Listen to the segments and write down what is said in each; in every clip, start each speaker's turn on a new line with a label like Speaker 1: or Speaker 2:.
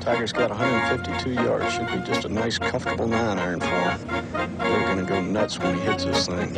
Speaker 1: Tiger's got 152 yards. Should be just a nice, comfortable nine iron for him. They're going to go nuts when he hits this thing.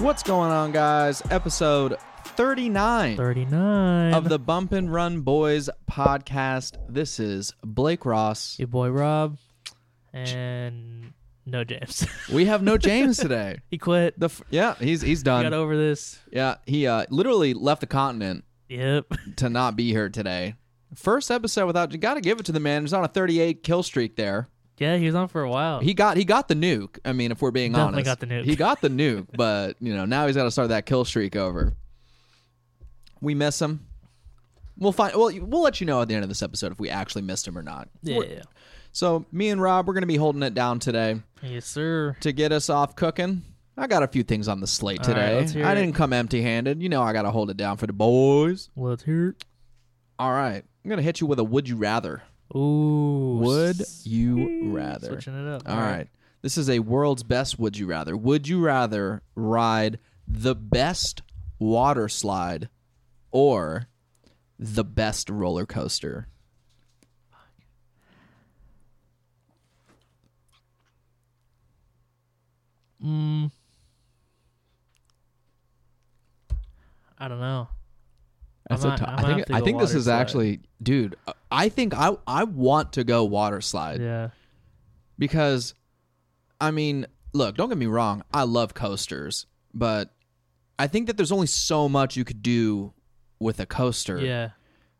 Speaker 2: What's going on, guys? Episode 39
Speaker 3: 39
Speaker 2: of the Bump and Run Boys podcast. This is Blake Ross.
Speaker 3: your boy Rob and no James.
Speaker 2: We have no James today.
Speaker 3: he quit.
Speaker 2: The f- yeah, he's he's
Speaker 3: He got
Speaker 2: done.
Speaker 3: over this.
Speaker 2: Yeah, he uh, literally left the continent
Speaker 3: Yep.
Speaker 2: to not be here today. First episode without you got to give it to the man. He's on a 38 kill streak there.
Speaker 3: Yeah, he was on for a while.
Speaker 2: He got he got the nuke. I mean, if we're being
Speaker 3: Definitely
Speaker 2: honest,
Speaker 3: got the nuke.
Speaker 2: He got the nuke, but you know now he's got to start that kill streak over. We miss him. We'll find. Well, we'll let you know at the end of this episode if we actually missed him or not.
Speaker 3: yeah.
Speaker 2: So me and Rob, we're gonna be holding it down today
Speaker 3: Yes, sir.
Speaker 2: to get us off cooking. I got a few things on the slate
Speaker 3: All right,
Speaker 2: today.
Speaker 3: let's hear
Speaker 2: I
Speaker 3: it.
Speaker 2: didn't come empty-handed. You know I got to hold it down for the boys.
Speaker 3: Let's hear. it.
Speaker 2: All right, I'm gonna hit you with a would you rather.
Speaker 3: Ooh.
Speaker 2: Would
Speaker 3: s-
Speaker 2: you rather?
Speaker 3: Switching it up.
Speaker 2: All right. This is a world's best would you rather. Would you rather ride the best water slide or the best roller coaster?
Speaker 3: Mm. I don't know.
Speaker 2: That's
Speaker 3: I'm
Speaker 2: a
Speaker 3: not-
Speaker 2: tou-
Speaker 3: I'm
Speaker 2: I
Speaker 3: gonna
Speaker 2: think
Speaker 3: have to
Speaker 2: I
Speaker 3: go
Speaker 2: think this
Speaker 3: water
Speaker 2: is
Speaker 3: slide.
Speaker 2: actually dude, I think I I want to go water slide
Speaker 3: Yeah.
Speaker 2: because I mean, look, don't get me wrong, I love coasters, but I think that there's only so much you could do with a coaster.
Speaker 3: Yeah.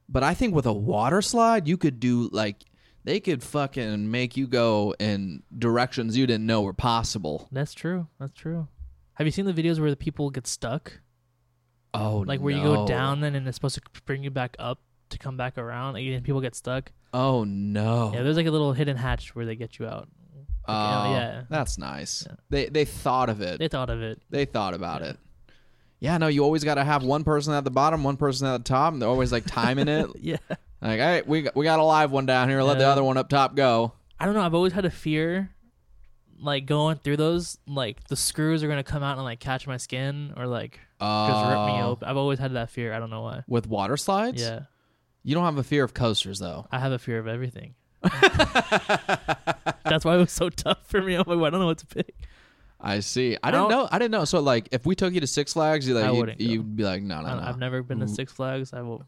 Speaker 2: But I think with a water slide, you could do like they could fucking make you go in directions you didn't know were possible.
Speaker 3: That's true. That's true. Have you seen the videos where the people get stuck?
Speaker 2: Oh,
Speaker 3: Like where you
Speaker 2: no.
Speaker 3: go down then and it's supposed to bring you back up to come back around like, and people get stuck.
Speaker 2: Oh no.
Speaker 3: Yeah, there's like a little hidden hatch where they get you out.
Speaker 2: oh,
Speaker 3: yeah.
Speaker 2: That's nice.
Speaker 3: Yeah.
Speaker 2: They they thought of it.
Speaker 3: They thought of it.
Speaker 2: they thought about
Speaker 3: Yeah.
Speaker 2: it. Yeah, no, you always got to have one person at the bottom, one person at the top, and they're always like timing it.
Speaker 3: Yeah.
Speaker 2: Like, all right, we got, we got a live one down here. Let the
Speaker 3: Yeah.
Speaker 2: other one up top go.
Speaker 3: I don't know. I've always had a fear, like going through those, like the screws are gonna come out and like catch my skin or like just rip me
Speaker 2: Oh.
Speaker 3: open. I've always had that fear. I don't know why.
Speaker 2: With water slides?
Speaker 3: Yeah,
Speaker 2: You don't have a fear of coasters, though.
Speaker 3: I have a fear of everything. That's why it was so tough for me. I'm like, well, I don't know what to pick.
Speaker 2: I see. I,
Speaker 3: I
Speaker 2: didn't
Speaker 3: don't-
Speaker 2: know. I didn't know. So like, if we took you to Six Flags, you like,
Speaker 3: I
Speaker 2: you'd-
Speaker 3: wouldn't go.
Speaker 2: you'd, be like, no,
Speaker 3: I
Speaker 2: no, no.
Speaker 3: have never been to
Speaker 2: Mm.
Speaker 3: Six Flags. I will.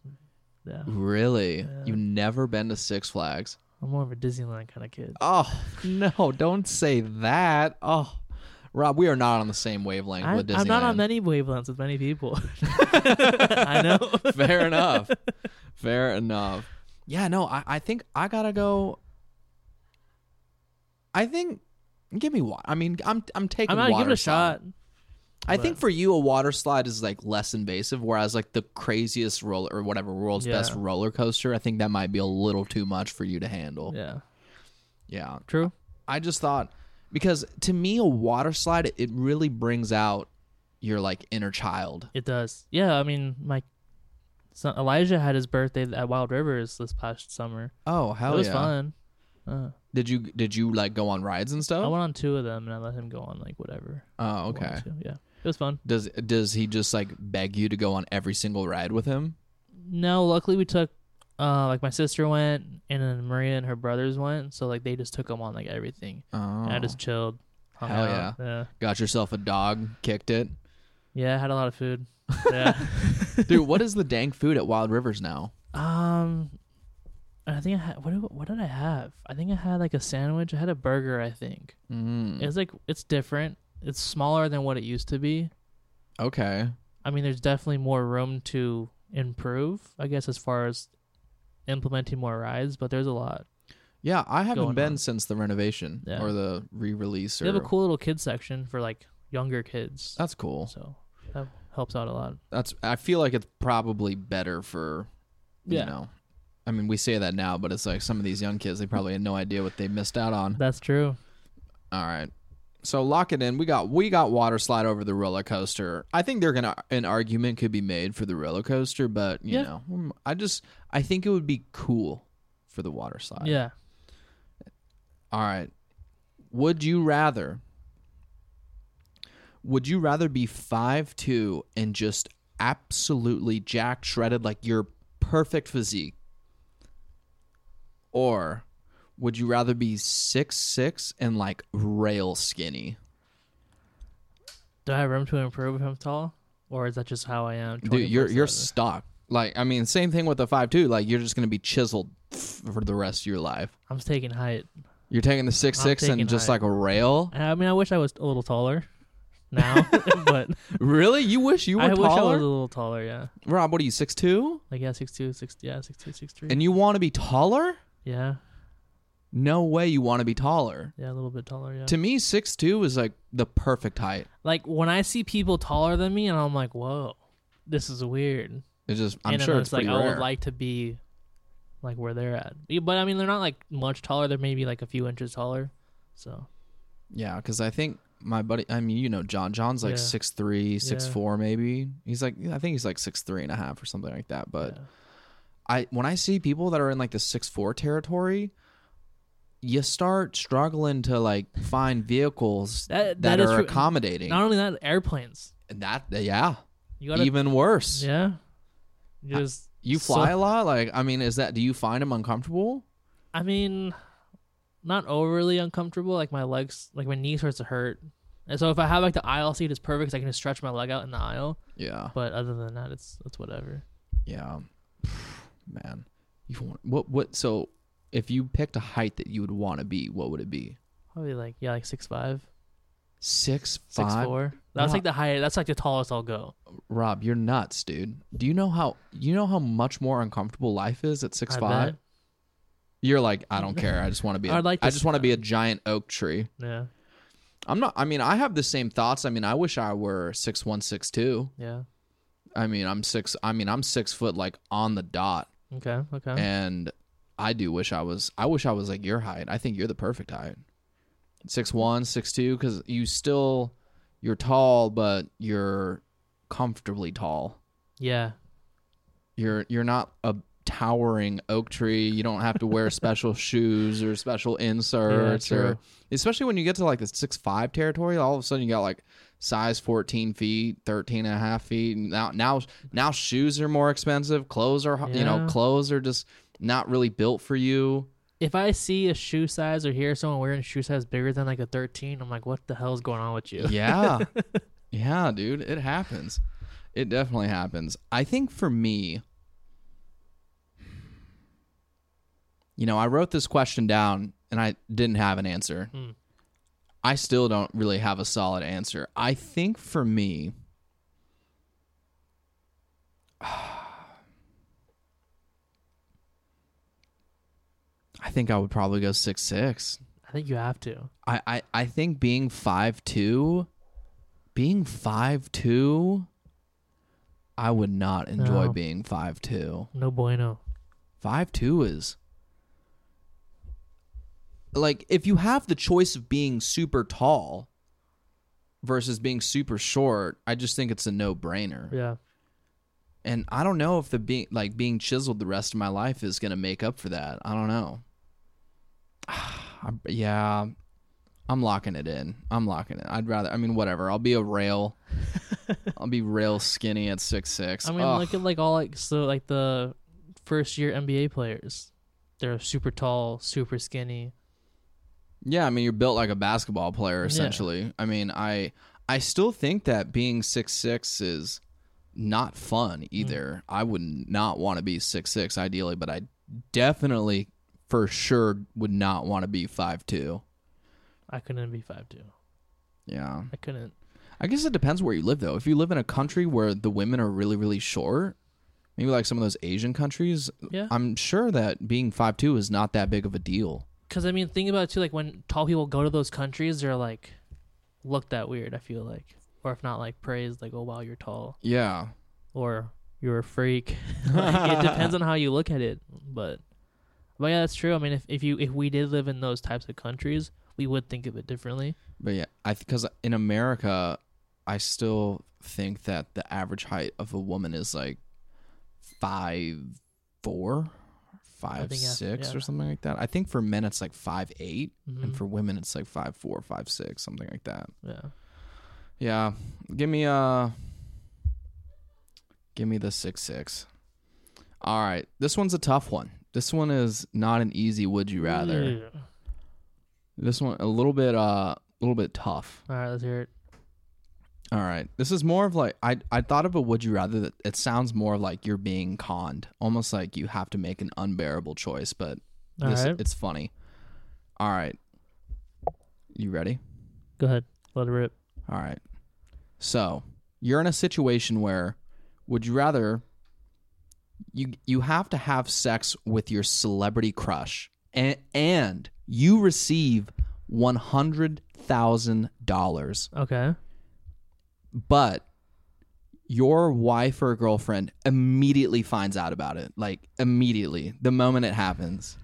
Speaker 3: Yeah,
Speaker 2: Really, you've never been to Six Flags?
Speaker 3: I'm more of a Disneyland kind of kid.
Speaker 2: Oh no! Don't say that. Oh, Rob, we are not on the same wavelength
Speaker 3: I'm,
Speaker 2: with Disneyland.
Speaker 3: I'm not on many wavelengths with many people. I know.
Speaker 2: Fair enough. Fair enough. Yeah, no, I, I think I gotta go. I think, give me what? I mean, I'm I'm taking.
Speaker 3: I'm gonna give
Speaker 2: water
Speaker 3: it a
Speaker 2: slide.
Speaker 3: shot.
Speaker 2: I
Speaker 3: but-
Speaker 2: think for you, a water slide is like less invasive, whereas like the craziest roller or whatever world's
Speaker 3: Yeah.
Speaker 2: best roller coaster, I think that might be a little too much for you to handle.
Speaker 3: Yeah,
Speaker 2: Yeah.
Speaker 3: true.
Speaker 2: I just thought because to me, a water slide it really brings out your like inner child.
Speaker 3: It does. Yeah, I mean, my son Elijah had his birthday at Wild Rivers this past summer.
Speaker 2: Oh, hell
Speaker 3: it was
Speaker 2: yeah!
Speaker 3: fun. Uh,
Speaker 2: Did you did you like go on rides and
Speaker 3: I
Speaker 2: stuff?
Speaker 3: went on two of them, and I let him go on like whatever.
Speaker 2: oh,
Speaker 3: he wanted
Speaker 2: okay.
Speaker 3: to. Yeah, it was fun.
Speaker 2: Does does he just like beg you to go on every single ride with him?
Speaker 3: No, luckily we took. Uh, like my sister went, and then Maria and her brothers went, so like they just took them on like everything.
Speaker 2: Oh,
Speaker 3: And I just chilled. Hung
Speaker 2: Hell
Speaker 3: out. yeah,
Speaker 2: got yourself a dog, kicked it,
Speaker 3: yeah. I had a lot of food. Yeah.
Speaker 2: dude. What is the dang food at Wild Rivers now?
Speaker 3: Um, I think I had what? do- What did I have? I think I had like a sandwich. I had a burger. I think
Speaker 2: Mm,
Speaker 3: it's like it's different. It's smaller than what it used to be.
Speaker 2: okay,
Speaker 3: I mean, there's definitely more room to improve. I guess as far as implementing more rides, but there's a lot.
Speaker 2: yeah, I haven't
Speaker 3: Going
Speaker 2: been
Speaker 3: on.
Speaker 2: since the renovation
Speaker 3: Yeah.
Speaker 2: or the re-release. Or,
Speaker 3: They have a cool little kids section for like younger kids,
Speaker 2: That's cool.
Speaker 3: so that helps out a lot.
Speaker 2: That's. I feel like it's probably better for
Speaker 3: Yeah.
Speaker 2: you know. I mean, we say that now, but it's like some of these young kids, they probably had no idea what they missed out on.
Speaker 3: That's true.
Speaker 2: All right. So lock it in. We got we got water slide over the roller coaster. I think they're gonna an argument could be made for the roller coaster, but you
Speaker 3: Yeah.
Speaker 2: know, mm, I just I think it would be cool for the water slide.
Speaker 3: Yeah.
Speaker 2: All right. Would you rather? Would you rather be five two and just absolutely jack shredded like your perfect physique, or would you rather be six six and like rail skinny?
Speaker 3: Do I have room to improve if I'm tall, or is that just how I am?
Speaker 2: Dude, you're
Speaker 3: 24/7?
Speaker 2: you're stock. Like I mean, same thing with the five two. Like you're just gonna be chiseled for the rest of your life.
Speaker 3: I'm taking height.
Speaker 2: You're taking the six six
Speaker 3: taking
Speaker 2: and just
Speaker 3: height.
Speaker 2: like a rail.
Speaker 3: And I mean, I wish I was a little taller now, but
Speaker 2: Really? You wish you were
Speaker 3: I
Speaker 2: taller?
Speaker 3: wish I was a little taller. Yeah,
Speaker 2: Rob, what are you six two?
Speaker 3: like yeah, six two, six yeah, six two, six three.
Speaker 2: And you want to be taller?
Speaker 3: yeah,
Speaker 2: No way. You want to be taller.
Speaker 3: yeah, a little bit taller. Yeah.
Speaker 2: To me, six two is like the perfect height.
Speaker 3: like when I see people taller than me, and I'm like, whoa, this is weird.
Speaker 2: It's just I'm
Speaker 3: and then
Speaker 2: sure
Speaker 3: it's,
Speaker 2: it's
Speaker 3: like
Speaker 2: pretty
Speaker 3: I
Speaker 2: rare.
Speaker 3: would like to be like where they're at. Yeah, But I mean, they're not like much taller. They're maybe like a few inches taller. So
Speaker 2: yeah, because I think my buddy. I mean, you know, John. John's like
Speaker 3: Yeah.
Speaker 2: six three, six
Speaker 3: Yeah.
Speaker 2: four, maybe. He's like I think he's like six three and a half or something like that. But
Speaker 3: Yeah.
Speaker 2: I when I see people that are in like the six four territory, you start struggling to like find vehicles that,
Speaker 3: That- that is
Speaker 2: are
Speaker 3: true.
Speaker 2: accommodating.
Speaker 3: not only that, airplanes.
Speaker 2: And that yeah,
Speaker 3: You gotta
Speaker 2: even worse.
Speaker 3: yeah. You just
Speaker 2: You
Speaker 3: so-
Speaker 2: fly a lot. Like I mean, is that do you find them uncomfortable?
Speaker 3: I mean, not overly uncomfortable. Like my legs, like my knee starts to hurt. And so if I have like the aisle seat, it's perfect 'cause I can just stretch my leg out in the aisle.
Speaker 2: Yeah,
Speaker 3: But other than that, it's it's whatever.
Speaker 2: yeah, man. You want what? What? So if you picked a height that you would want to be, what would it be?
Speaker 3: Probably like yeah, like six five,
Speaker 2: Six
Speaker 3: six
Speaker 2: five?
Speaker 3: four. That's
Speaker 2: Wow.
Speaker 3: like the highest. That's like the tallest I'll go.
Speaker 2: Rob, you're nuts, dude. Do you know how you know how much more uncomfortable life is at six
Speaker 3: I
Speaker 2: five?
Speaker 3: bet.
Speaker 2: You're like, I don't care. I just want to be. A,
Speaker 3: I'd like
Speaker 2: I
Speaker 3: to
Speaker 2: just want to be a giant oak tree.
Speaker 3: Yeah,
Speaker 2: I'm not. I mean, I have the same thoughts. I mean, I wish I were six one, six two.
Speaker 3: yeah.
Speaker 2: I mean, I'm six. I mean, I'm six foot like on the dot.
Speaker 3: Okay, okay.
Speaker 2: and I do wish I was. I wish I was like your height. I think you're the perfect height, six one, six two, because you still you're tall, but you're comfortably tall.
Speaker 3: yeah,
Speaker 2: You're you're not a towering oak tree. You don't have to wear special shoes or special inserts
Speaker 3: true.
Speaker 2: or especially when you get to like the six five territory, all of a sudden you got like size 14 feet 13 and a half feet and now now now shoes are more expensive clothes are you know
Speaker 3: Yeah.
Speaker 2: clothes are just not really built for you
Speaker 3: If I see a shoe size or hear someone wearing a shoe size bigger than like a thirteen, I'm like, what the hell's going on with you?
Speaker 2: Yeah. yeah, dude. It happens. It definitely happens. I think for me, you know, I wrote this question down and I didn't have an answer. I still don't really have a solid answer. I think for me, I think I would probably go six six.
Speaker 3: I think you have to.
Speaker 2: I, I, I think being five two, being five two, I would not enjoy
Speaker 3: No.
Speaker 2: being five two.
Speaker 3: No bueno.
Speaker 2: Five two is like if you have the choice of being super tall versus being super short, I just think it's a no brainer.
Speaker 3: Yeah.
Speaker 2: And I don't know if the being like being chiseled the rest of my life is gonna make up for that. I don't know. I'm- yeah, I'm locking it in. I'm locking it. I'd rather. I mean, whatever. I'll be a rail. I'll be rail skinny at six six.
Speaker 3: I mean, look at like all like so like the first year NBA players. They're super tall, super skinny.
Speaker 2: yeah. I mean, you're built like a basketball player essentially. I mean, I I still think that being six six is not fun either. I would not want to be six six ideally, but I definitely for sure would not want to be five two.
Speaker 3: I couldn't be five two.
Speaker 2: Yeah.
Speaker 3: I couldn't.
Speaker 2: I guess it depends where you live, though. If you live in a country where the women are really, really short, maybe like some of those Asian countries,
Speaker 3: Yeah.
Speaker 2: I'm sure that being 5'2 is not that big of a deal.
Speaker 3: Because I mean, think about it too. Like when tall people go to those countries, they're like looked that weird. I feel like, or if not like praised, like oh wow, you're tall,
Speaker 2: Yeah.
Speaker 3: or you're a freak. like, it depends on how you look at it. But but yeah, that's true. I mean, if if you if we did live in those types of countries, we would think of it differently.
Speaker 2: But yeah, I because in America, I still think that the average height of a woman is like five four, five
Speaker 3: think, yeah,
Speaker 2: six
Speaker 3: yeah.
Speaker 2: or something like that. I think for men it's like five eight,
Speaker 3: Mhm.
Speaker 2: and for women it's like five four, five six, something like that.
Speaker 3: Yeah.
Speaker 2: Yeah, give me uh, give me the six six. All right, this one's a tough one. This one is not an easy. Would you rather?
Speaker 3: Yeah.
Speaker 2: This one a little bit uh, a little bit tough.
Speaker 3: All right, let's hear it.
Speaker 2: All right. This is more of like I I thought of a would you rather that it sounds more like you're being conned, almost like you have to make an unbearable choice, but
Speaker 3: All
Speaker 2: this,
Speaker 3: right.
Speaker 2: it's funny. All right. You ready?
Speaker 3: Go ahead. Let it rip.
Speaker 2: All right. So, you're in a situation where would you rather you you have to have sex with your celebrity crush and and you receive $100,000
Speaker 3: Okay.
Speaker 2: but your wife or girlfriend immediately finds out about it like immediately the moment it happens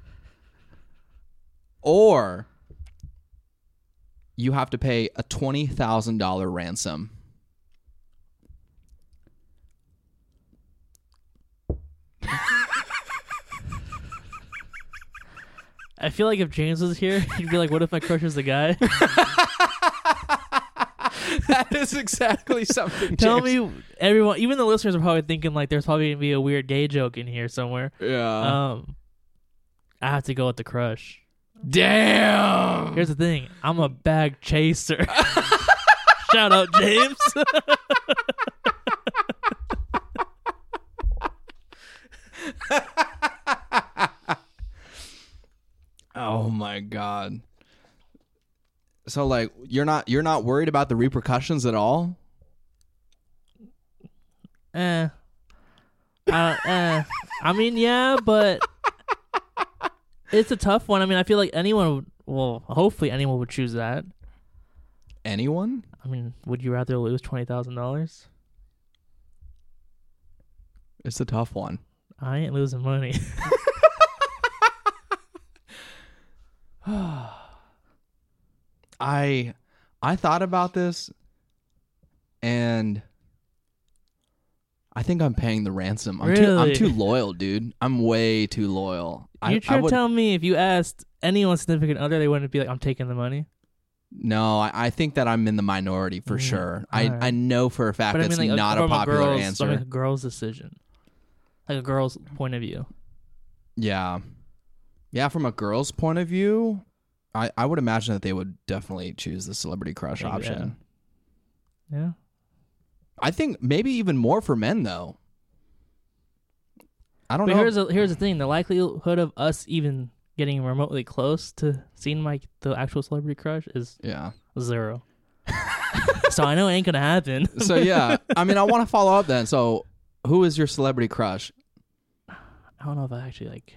Speaker 2: or you have to pay a $20,000 ransom
Speaker 3: I feel like if James was here, he'd be like, "What if my crush is a guy?"
Speaker 2: that is exactly something
Speaker 3: Tell me, everyone, even the listeners are probably thinking like, "There's probably gonna be a weird gay joke in here somewhere."
Speaker 2: yeah
Speaker 3: Um, I have to go with the crush.
Speaker 2: damn
Speaker 3: Here's the thing: I'm a bag chaser. Shout out James.
Speaker 2: Oh my god. So like you're not you're not worried about the repercussions at all?
Speaker 3: eh. Uh, eh. I mean, yeah, but it's a tough one. I mean, I feel like anyone would. Well, hopefully, anyone would choose that.
Speaker 2: Anyone?
Speaker 3: I mean, would you rather lose twenty thousand dollars?
Speaker 2: It's a tough one.
Speaker 3: I ain't losing money.
Speaker 2: I I thought about this and I think I'm paying the ransom. I'm too I'm
Speaker 3: Really?
Speaker 2: too loyal, dude. I'm way too loyal. I,
Speaker 3: you
Speaker 2: I
Speaker 3: try to
Speaker 2: would-
Speaker 3: tell me if you asked anyone significant other, they wouldn't be like, "I'm taking the money."
Speaker 2: No, I, I think that I'm in the minority for sure. I,
Speaker 3: Mm, alright.
Speaker 2: I know for a fact
Speaker 3: But I
Speaker 2: it's
Speaker 3: mean, like,
Speaker 2: not a
Speaker 3: from
Speaker 2: popular
Speaker 3: girl's,
Speaker 2: answer.
Speaker 3: From a girl's decision, like a girl's point of view.
Speaker 2: Yeah. Yeah, from a girl's point of view, I, I would imagine that they would definitely choose the celebrity crush
Speaker 3: Think,
Speaker 2: option.
Speaker 3: Yeah.
Speaker 2: I think maybe even more for men though. I don't
Speaker 3: But
Speaker 2: know.
Speaker 3: here's the here's the thing: the likelihood of us even getting remotely close to seeing like the actual celebrity crush is
Speaker 2: yeah.
Speaker 3: zero. so I know it ain't gonna happen.
Speaker 2: So yeah, I mean I want to follow up then. So who is your celebrity crush?
Speaker 3: I don't know if I actually like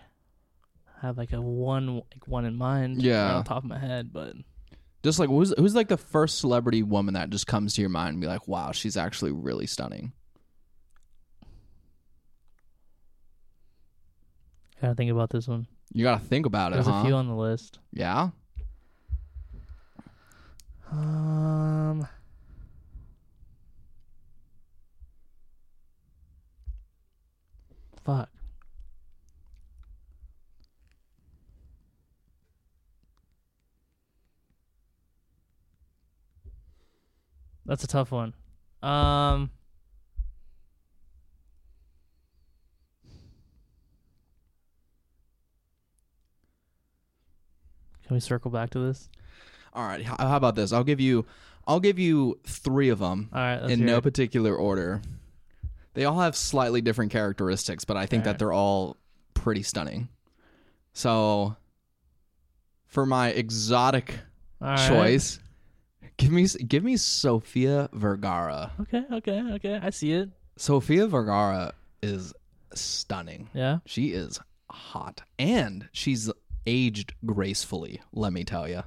Speaker 3: have like a one like one in mind.
Speaker 2: Yeah.
Speaker 3: off the top of my head, but
Speaker 2: Just like who's who's like the first celebrity woman that just comes to your mind and be like, "Wow, she's actually really stunning."
Speaker 3: gotta think about this one.
Speaker 2: You got to think about it,
Speaker 3: There's
Speaker 2: huh?
Speaker 3: a few on the list.
Speaker 2: yeah.
Speaker 3: Um, fuck. That's a tough one. Um, can we circle back to this?
Speaker 2: All right. h- How about this? I'll give you I'll give you 3 of them.
Speaker 3: All right, let's
Speaker 2: in
Speaker 3: hear
Speaker 2: no
Speaker 3: it.
Speaker 2: particular order. They all have slightly different characteristics, but I think that they're all pretty stunning. So, for my exotic
Speaker 3: All right.
Speaker 2: choice, give me give me Sofia Vergara.
Speaker 3: Okay, okay, okay. I see it.
Speaker 2: Sofia Vergara is stunning.
Speaker 3: Yeah.
Speaker 2: She is hot, and she's aged gracefully. Let me tell you.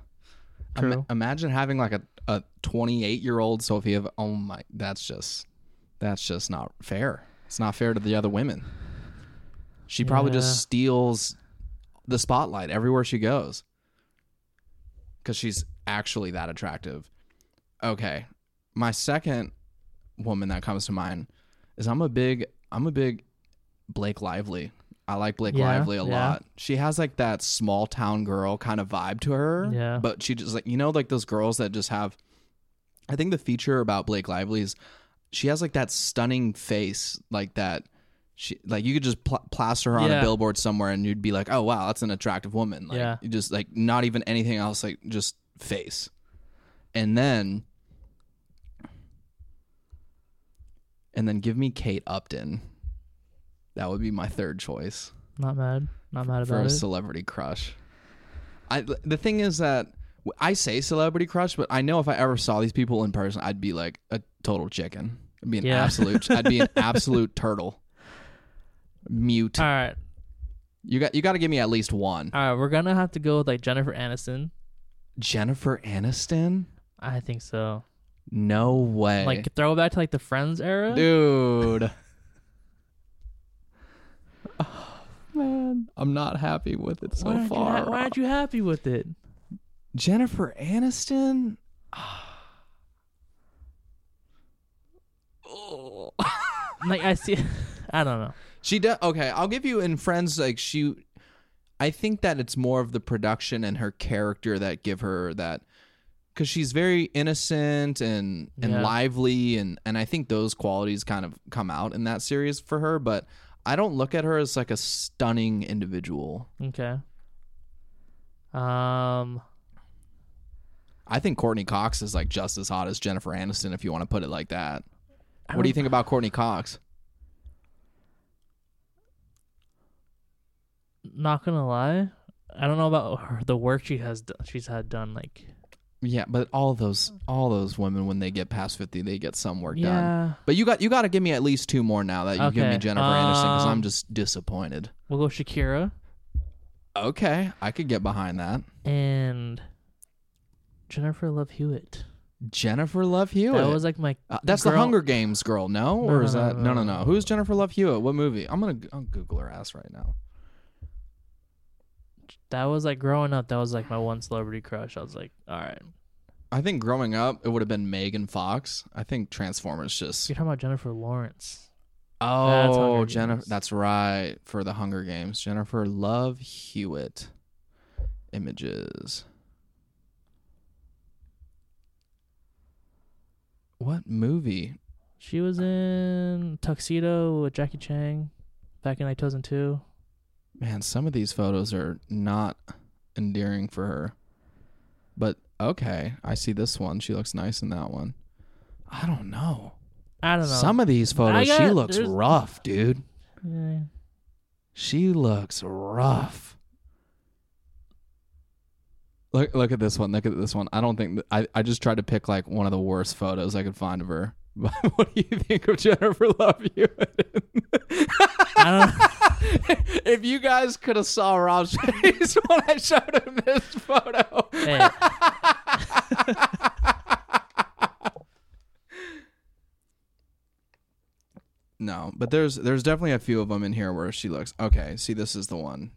Speaker 3: True.
Speaker 2: imagine having like a a 28 year old Sophia. V- Oh my, that's just that's just not fair. It's not fair to the other women. She probably
Speaker 3: Yeah.
Speaker 2: just steals the spotlight everywhere she goes. because she's actually that attractive. Okay, my second woman that comes to mind is I'm a big I'm a big Blake Lively. I like Blake
Speaker 3: Yeah,
Speaker 2: Lively a
Speaker 3: yeah.
Speaker 2: lot. She has like that small town girl kind of vibe to her.
Speaker 3: Yeah.
Speaker 2: But she just like you know like those girls that just have I think the feature about Blake Lively is she has like that stunning face like that she like you could just pl- plaster her on a
Speaker 3: Yeah.
Speaker 2: billboard somewhere and you'd be like, "Oh wow, that's an attractive woman." Like
Speaker 3: Yeah.
Speaker 2: you just like not even anything else like just face. And then and then give me Kate Upton. That would be my third choice
Speaker 3: Not mad. Not mad
Speaker 2: for
Speaker 3: about
Speaker 2: a
Speaker 3: it.
Speaker 2: celebrity crush. I the thing is that w- I say celebrity crush, but I know if I ever saw these people in person, I'd be like a total chicken. I'd be an
Speaker 3: Yeah.
Speaker 2: absolute. I'd be an absolute turtle. Mute.
Speaker 3: all right,
Speaker 2: You got. You got to give me at least one.
Speaker 3: all right. We're gonna have to go with like Jennifer Aniston.
Speaker 2: Jennifer Aniston.
Speaker 3: I think so.
Speaker 2: No way.
Speaker 3: Like throw it back to like the Friends era.
Speaker 2: dude. Oh, Man, I'm not happy with it so
Speaker 3: why aren't you
Speaker 2: far.
Speaker 3: ha- why aren't you happy with it?
Speaker 2: Jennifer Aniston.
Speaker 3: Like I see. I don't know.
Speaker 2: She does. Okay, I'll give you in Friends. Like she, I think that it's more of the production and her character that give her that, because she's very innocent and and
Speaker 3: Yeah.
Speaker 2: lively, and and I think those qualities kind of come out in that series for her. But I don't look at her as like a stunning individual.
Speaker 3: Okay. Um.
Speaker 2: I think Courtney Cox is like just as hot as Jennifer Aniston, if you want to put it like that. What do you think about Courtney Cox?
Speaker 3: Oh. Not gonna lie. I don't know about her, the work she has done, she's had done like
Speaker 2: Yeah, but all those all those women when they get past fifty, they get some work done.
Speaker 3: yeah
Speaker 2: But you got you got to give me at least two more now that you give me
Speaker 3: Okay,
Speaker 2: Jennifer Aniston because I'm
Speaker 3: um,
Speaker 2: just disappointed.
Speaker 3: we'll go Shakira
Speaker 2: Okay, I could get behind that.
Speaker 3: and Jennifer Love Hewitt
Speaker 2: Jennifer Love Hewitt.
Speaker 3: that was like my
Speaker 2: Uh, that's the
Speaker 3: girl-
Speaker 2: Hunger Games girl, no? or
Speaker 3: no,
Speaker 2: is
Speaker 3: no,
Speaker 2: that no
Speaker 3: no,
Speaker 2: no
Speaker 3: no,
Speaker 2: no? Who's Jennifer Love Hewitt? What movie? I'm gonna I'll Google her ass right now.
Speaker 3: that was like growing up that was like my one celebrity crush I was like all right
Speaker 2: I think growing up it would have been Megan Fox. I think Transformers just
Speaker 3: you're talking about Jennifer Lawrence That's Hunger
Speaker 2: oh
Speaker 3: Games.
Speaker 2: Jennifer. That's right for the Hunger Games. Jennifer Love Hewitt images. What movie?
Speaker 3: she was in Tuxedo with Jackie Chang back in like 2002
Speaker 2: Man, some of these photos are not endearing for her. But okay, I see this one. She looks nice in that one. I don't know.
Speaker 3: I don't know
Speaker 2: Some of these photos, she
Speaker 3: got-
Speaker 2: looks
Speaker 3: there's-
Speaker 2: rough, dude.
Speaker 3: yeah.
Speaker 2: She looks rough. Look look at this one. Look at this one. I don't think I I just tried to pick like one of the worst photos I could find of her. But what do you think of Jennifer Love Hewitt?
Speaker 3: I don't
Speaker 2: if you guys could have saw Rob's face when I showed him this photo.
Speaker 3: hey,
Speaker 2: No, but there's there's definitely a few of them in here where she looks okay. See, this is the one.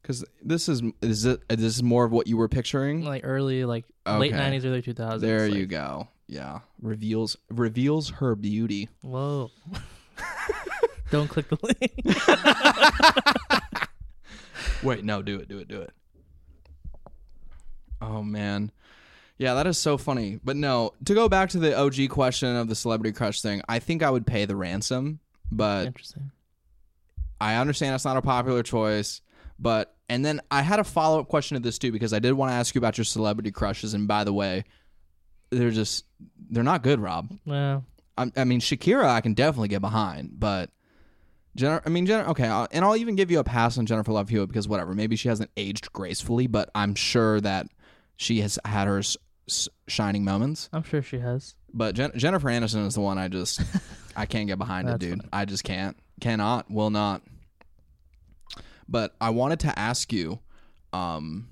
Speaker 2: Because this is is it is this more of what you were picturing?
Speaker 3: like early like late
Speaker 2: Okay.
Speaker 3: 90s early 2000s
Speaker 2: There
Speaker 3: like,
Speaker 2: you go. Yeah, reveals reveals her beauty.
Speaker 3: Whoa. Don't click the link.
Speaker 2: Wait, no, do it, do it, do it. Oh man. Yeah, that is so funny. But no, to go back to the OG question of the celebrity crush thing, I think I would pay the ransom, but
Speaker 3: Interesting.
Speaker 2: I understand that's not a popular choice, but and then I had a follow up question to this too because I did want to ask you about your celebrity crushes. And by the way, they're just they're not good, Rob.
Speaker 3: Well,
Speaker 2: I, I mean, Shakira, I can definitely get behind, but Jennifer. I mean, Jennifer. Okay, I'll, and I'll even give you a pass on Jennifer Love Hewitt because whatever, maybe she hasn't aged gracefully, but I'm sure that she has had her s- s- shining moments.
Speaker 3: I'm sure she has.
Speaker 2: But Jen- Jennifer Aniston is the one I just I can't get behind it,
Speaker 3: That's
Speaker 2: dude. I just can't, cannot, will not. But I wanted to ask you, um,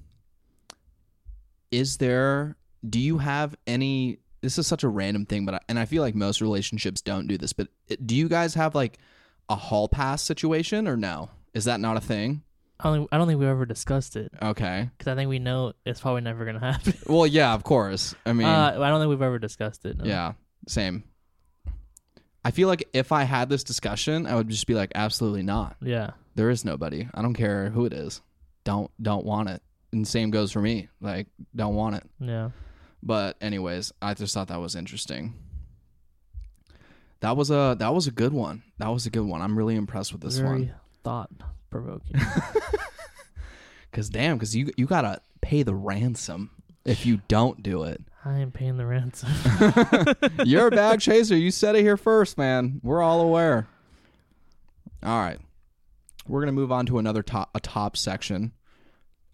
Speaker 2: is there? Do you have any? This is such a random thing, but I, and I feel like most relationships don't do this. But it, do you guys have like a hall pass situation or no? Is that not a thing?
Speaker 3: I don't, I don't think we ever discussed it
Speaker 2: Okay.
Speaker 3: because I think we know it's probably never gonna happen.
Speaker 2: Well, yeah, of course. I mean,
Speaker 3: uh, I don't think we've ever discussed it. no.
Speaker 2: yeah, same. I feel like if I had this discussion, I would just be like, absolutely not.
Speaker 3: yeah,
Speaker 2: There is nobody. I don't care who it is. Don't don't want it. And same goes for me. Like, don't want it.
Speaker 3: yeah.
Speaker 2: But anyways, I just thought that was interesting. That was a that was a good one. That was a good one. I'm really impressed with this
Speaker 3: Very
Speaker 2: one.
Speaker 3: thought provoking.
Speaker 2: Cause damn, cause you you gotta pay the ransom if you don't do it.
Speaker 3: I am paying the ransom.
Speaker 2: You're a bag chaser. You said it here first, man. We're all aware. All right. We're going to move on to another top a top section.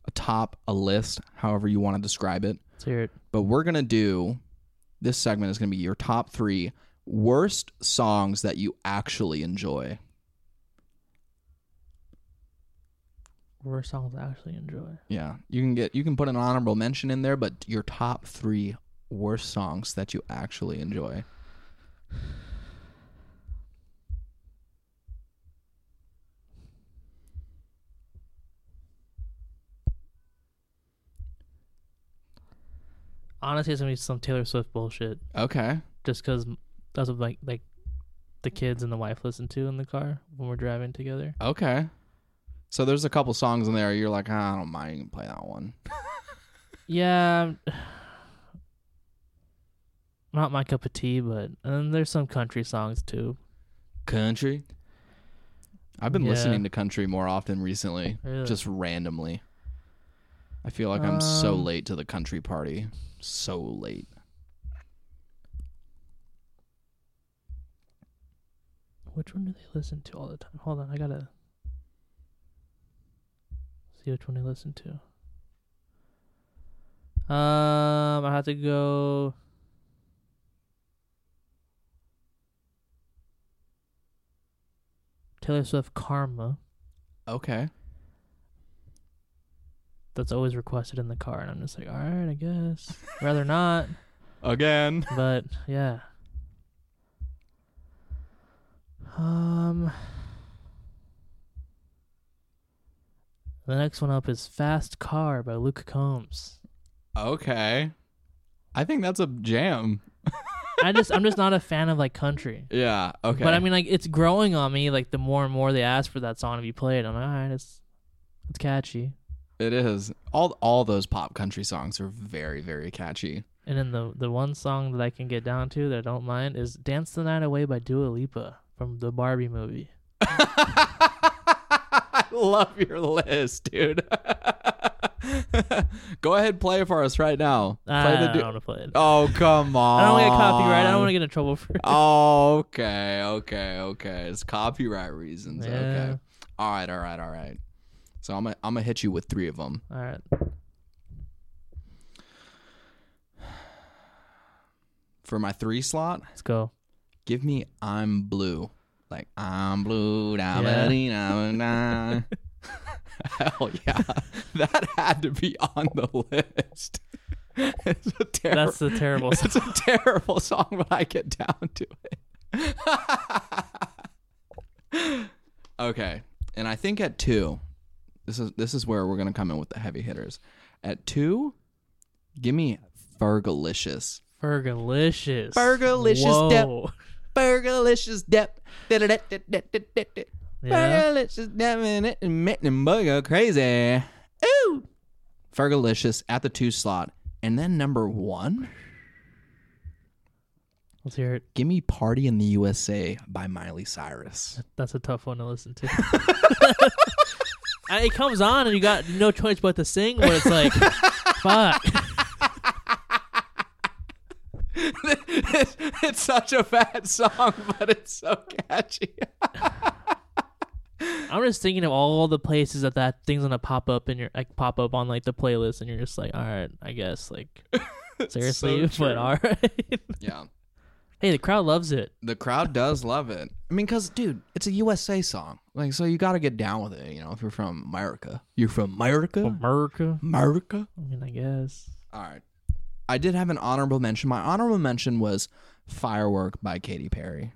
Speaker 2: A top, a list, however you want to describe it.
Speaker 3: Let's hear it.
Speaker 2: But we're going to do this segment is going to be your top 3 worst songs that you actually enjoy.
Speaker 3: Worst songs I actually enjoy.
Speaker 2: Yeah. You can get you can put an honorable mention in there, but your top 3 worst songs that you actually enjoy.
Speaker 3: Honestly, it's gonna be some Taylor Swift bullshit.
Speaker 2: Okay.
Speaker 3: Just because that's what like like the kids and the wife listen to in the car when we're driving together.
Speaker 2: Okay. So there's a couple songs in there you're like, "Ah, I don't mind. You can play that one.
Speaker 3: Yeah. I'm- Not my cup of tea, but and there's some country songs too.
Speaker 2: Country. I've been
Speaker 3: Yeah.
Speaker 2: listening to country more often recently,
Speaker 3: Really?
Speaker 2: just randomly. I feel like I'm so
Speaker 3: Um,
Speaker 2: late to the country party. So late.
Speaker 3: Which one do they listen to all the time? Hold on, I gotta see which one they listen to. Um, I have to go. Taylor Swift Karma.
Speaker 2: Okay.
Speaker 3: That's always requested in the car, and I'm just like, all right, I guess. Rather not,
Speaker 2: Again.
Speaker 3: but yeah. Um. The next one up is Fast Car by Luke Combs.
Speaker 2: Okay. I think that's a jam.
Speaker 3: I just I'm just not a fan of like country.
Speaker 2: Yeah. Okay.
Speaker 3: But I mean like it's growing on me like the more and more they ask for that song to be played. I'm like, all right, it's it's catchy.
Speaker 2: it is all all those pop country songs are very very catchy.
Speaker 3: And then the the one song that I can get down to that I don't mind is Dance the Night Away by Dua Lipa from the Barbie movie.
Speaker 2: I love your list, dude. Go ahead, play it for us right now. Play
Speaker 3: I,
Speaker 2: the.
Speaker 3: don't
Speaker 2: Du-
Speaker 3: want to play it.
Speaker 2: oh come on!
Speaker 3: I don't want to get copyright. I don't want to get in trouble for it.
Speaker 2: Oh, okay, okay, okay. It's copyright reasons.
Speaker 3: Yeah.
Speaker 2: Okay. All right, all right, all right. So I'm gonna I'm gonna hit you with three of them.
Speaker 3: All right.
Speaker 2: For my three slot,
Speaker 3: Let's go.
Speaker 2: give me "I'm Blue," like "I'm Blue." Da,
Speaker 3: Yeah.
Speaker 2: ba, dee, da, ba, da. Hell yeah, that had to be on the list. it's a terrible.
Speaker 3: That's the terrible song.
Speaker 2: It's a terrible song, but I get down to it. okay, and I think at two, this is this is where we're gonna come in with the heavy hitters. At two, give me Fergalicious.
Speaker 3: Fergalicious.
Speaker 2: Fergalicious
Speaker 3: Whoa.
Speaker 2: Fergalicious dep.
Speaker 3: Yeah.
Speaker 2: Fergalicious dep and it and make them bug go crazy. Ooh. Fergalicious at the two slot, and then number one.
Speaker 3: Let's hear it.
Speaker 2: Give me Party in the USA by Miley Cyrus.
Speaker 3: That's a tough one to listen to. And it comes on and you got no choice but to sing where it's like, fuck.
Speaker 2: it's, it's such a bad song, but it's so catchy.
Speaker 3: I'm just thinking of all the places that that thing's gonna pop up in your like pop up on like the playlist and you're just like, all right, I guess like seriously,
Speaker 2: true.
Speaker 3: but all right.
Speaker 2: yeah.
Speaker 3: hey, the crowd loves it.
Speaker 2: The crowd does love it. I mean, because, dude, it's a USA song. Like, so you got to get down with it, you know, if you're from America. You're from America?
Speaker 3: America.
Speaker 2: America?
Speaker 3: I mean, I guess.
Speaker 2: All right. I did have an honorable mention. My honorable mention was Firework by Katy Perry.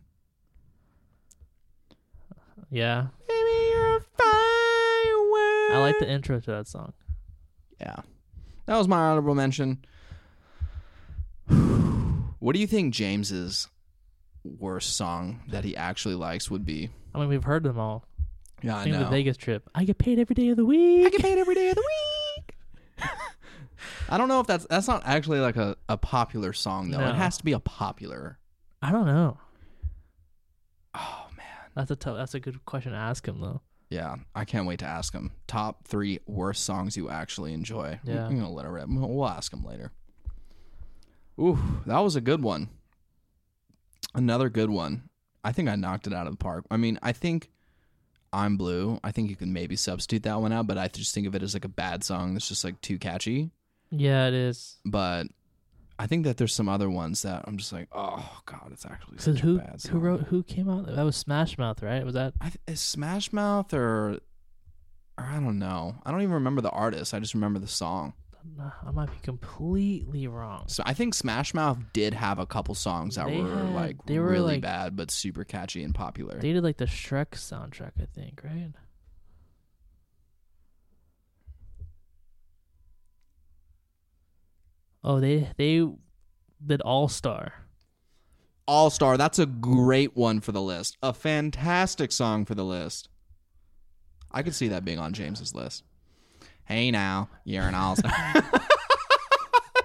Speaker 3: Yeah.
Speaker 2: Give me your firework.
Speaker 3: I like the intro to that song.
Speaker 2: Yeah. That was my honorable mention. what do you think James's worst song that he actually likes would be?
Speaker 3: I mean, we've heard them all.
Speaker 2: Yeah, I
Speaker 3: Think of the
Speaker 2: know.
Speaker 3: Vegas trip. I get paid every day of the week.
Speaker 2: I get paid every day of the week. I don't know if that's that's not actually like a, a popular song though.
Speaker 3: No.
Speaker 2: It has to be a popular.
Speaker 3: I don't know.
Speaker 2: Oh man.
Speaker 3: That's a tough. That's a good question to ask him though.
Speaker 2: Yeah, I can't wait to ask him. Top three worst songs you actually enjoy. I'm-
Speaker 3: Yeah.
Speaker 2: I'm gonna let her rip. We'll we'll ask him later. Ooh, that was a good one. Another good one. I think I knocked it out of the park. I mean, I think I'm blue. I think you can maybe substitute that one out, but I just think of it as like a bad song that's just like too catchy.
Speaker 3: Yeah, it is.
Speaker 2: But I think that there's some other ones that I'm just like, oh god, it's actually
Speaker 3: Because
Speaker 2: such a
Speaker 3: who
Speaker 2: bad song.
Speaker 3: who wrote who came out? That was Smash Mouth, right? Was that?
Speaker 2: I th- is Smash Mouth or or I don't know. I don't even remember the artist. I just remember the song.
Speaker 3: I might be completely wrong.
Speaker 2: So I think Smash Mouth did have a couple songs that
Speaker 3: They
Speaker 2: were
Speaker 3: had-
Speaker 2: like
Speaker 3: they were,
Speaker 2: really
Speaker 3: like-
Speaker 2: bad but super catchy and popular.
Speaker 3: They did like the Shrek soundtrack, I think, right? Oh, they they did All Star.
Speaker 2: All Star, that's a great one for the list. A fantastic song for the list. I could see that being on James's list. Hey now, you're an all star.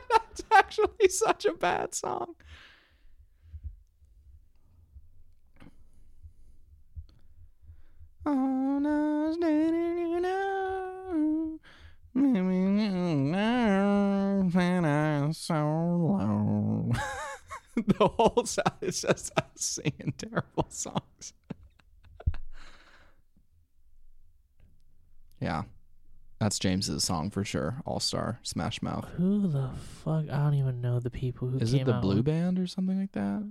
Speaker 2: that's actually such a bad song. Oh no, it's da-da-da-da. Maybe now that I'm so low. the whole side is just us singing terrible songs. yeah. That's James's song for sure. All Star, Smash Mouth.
Speaker 3: Who the fuck? I don't even know the people who
Speaker 2: Is
Speaker 3: came
Speaker 2: it the
Speaker 3: out
Speaker 2: Blue
Speaker 3: with-
Speaker 2: Band or something like that?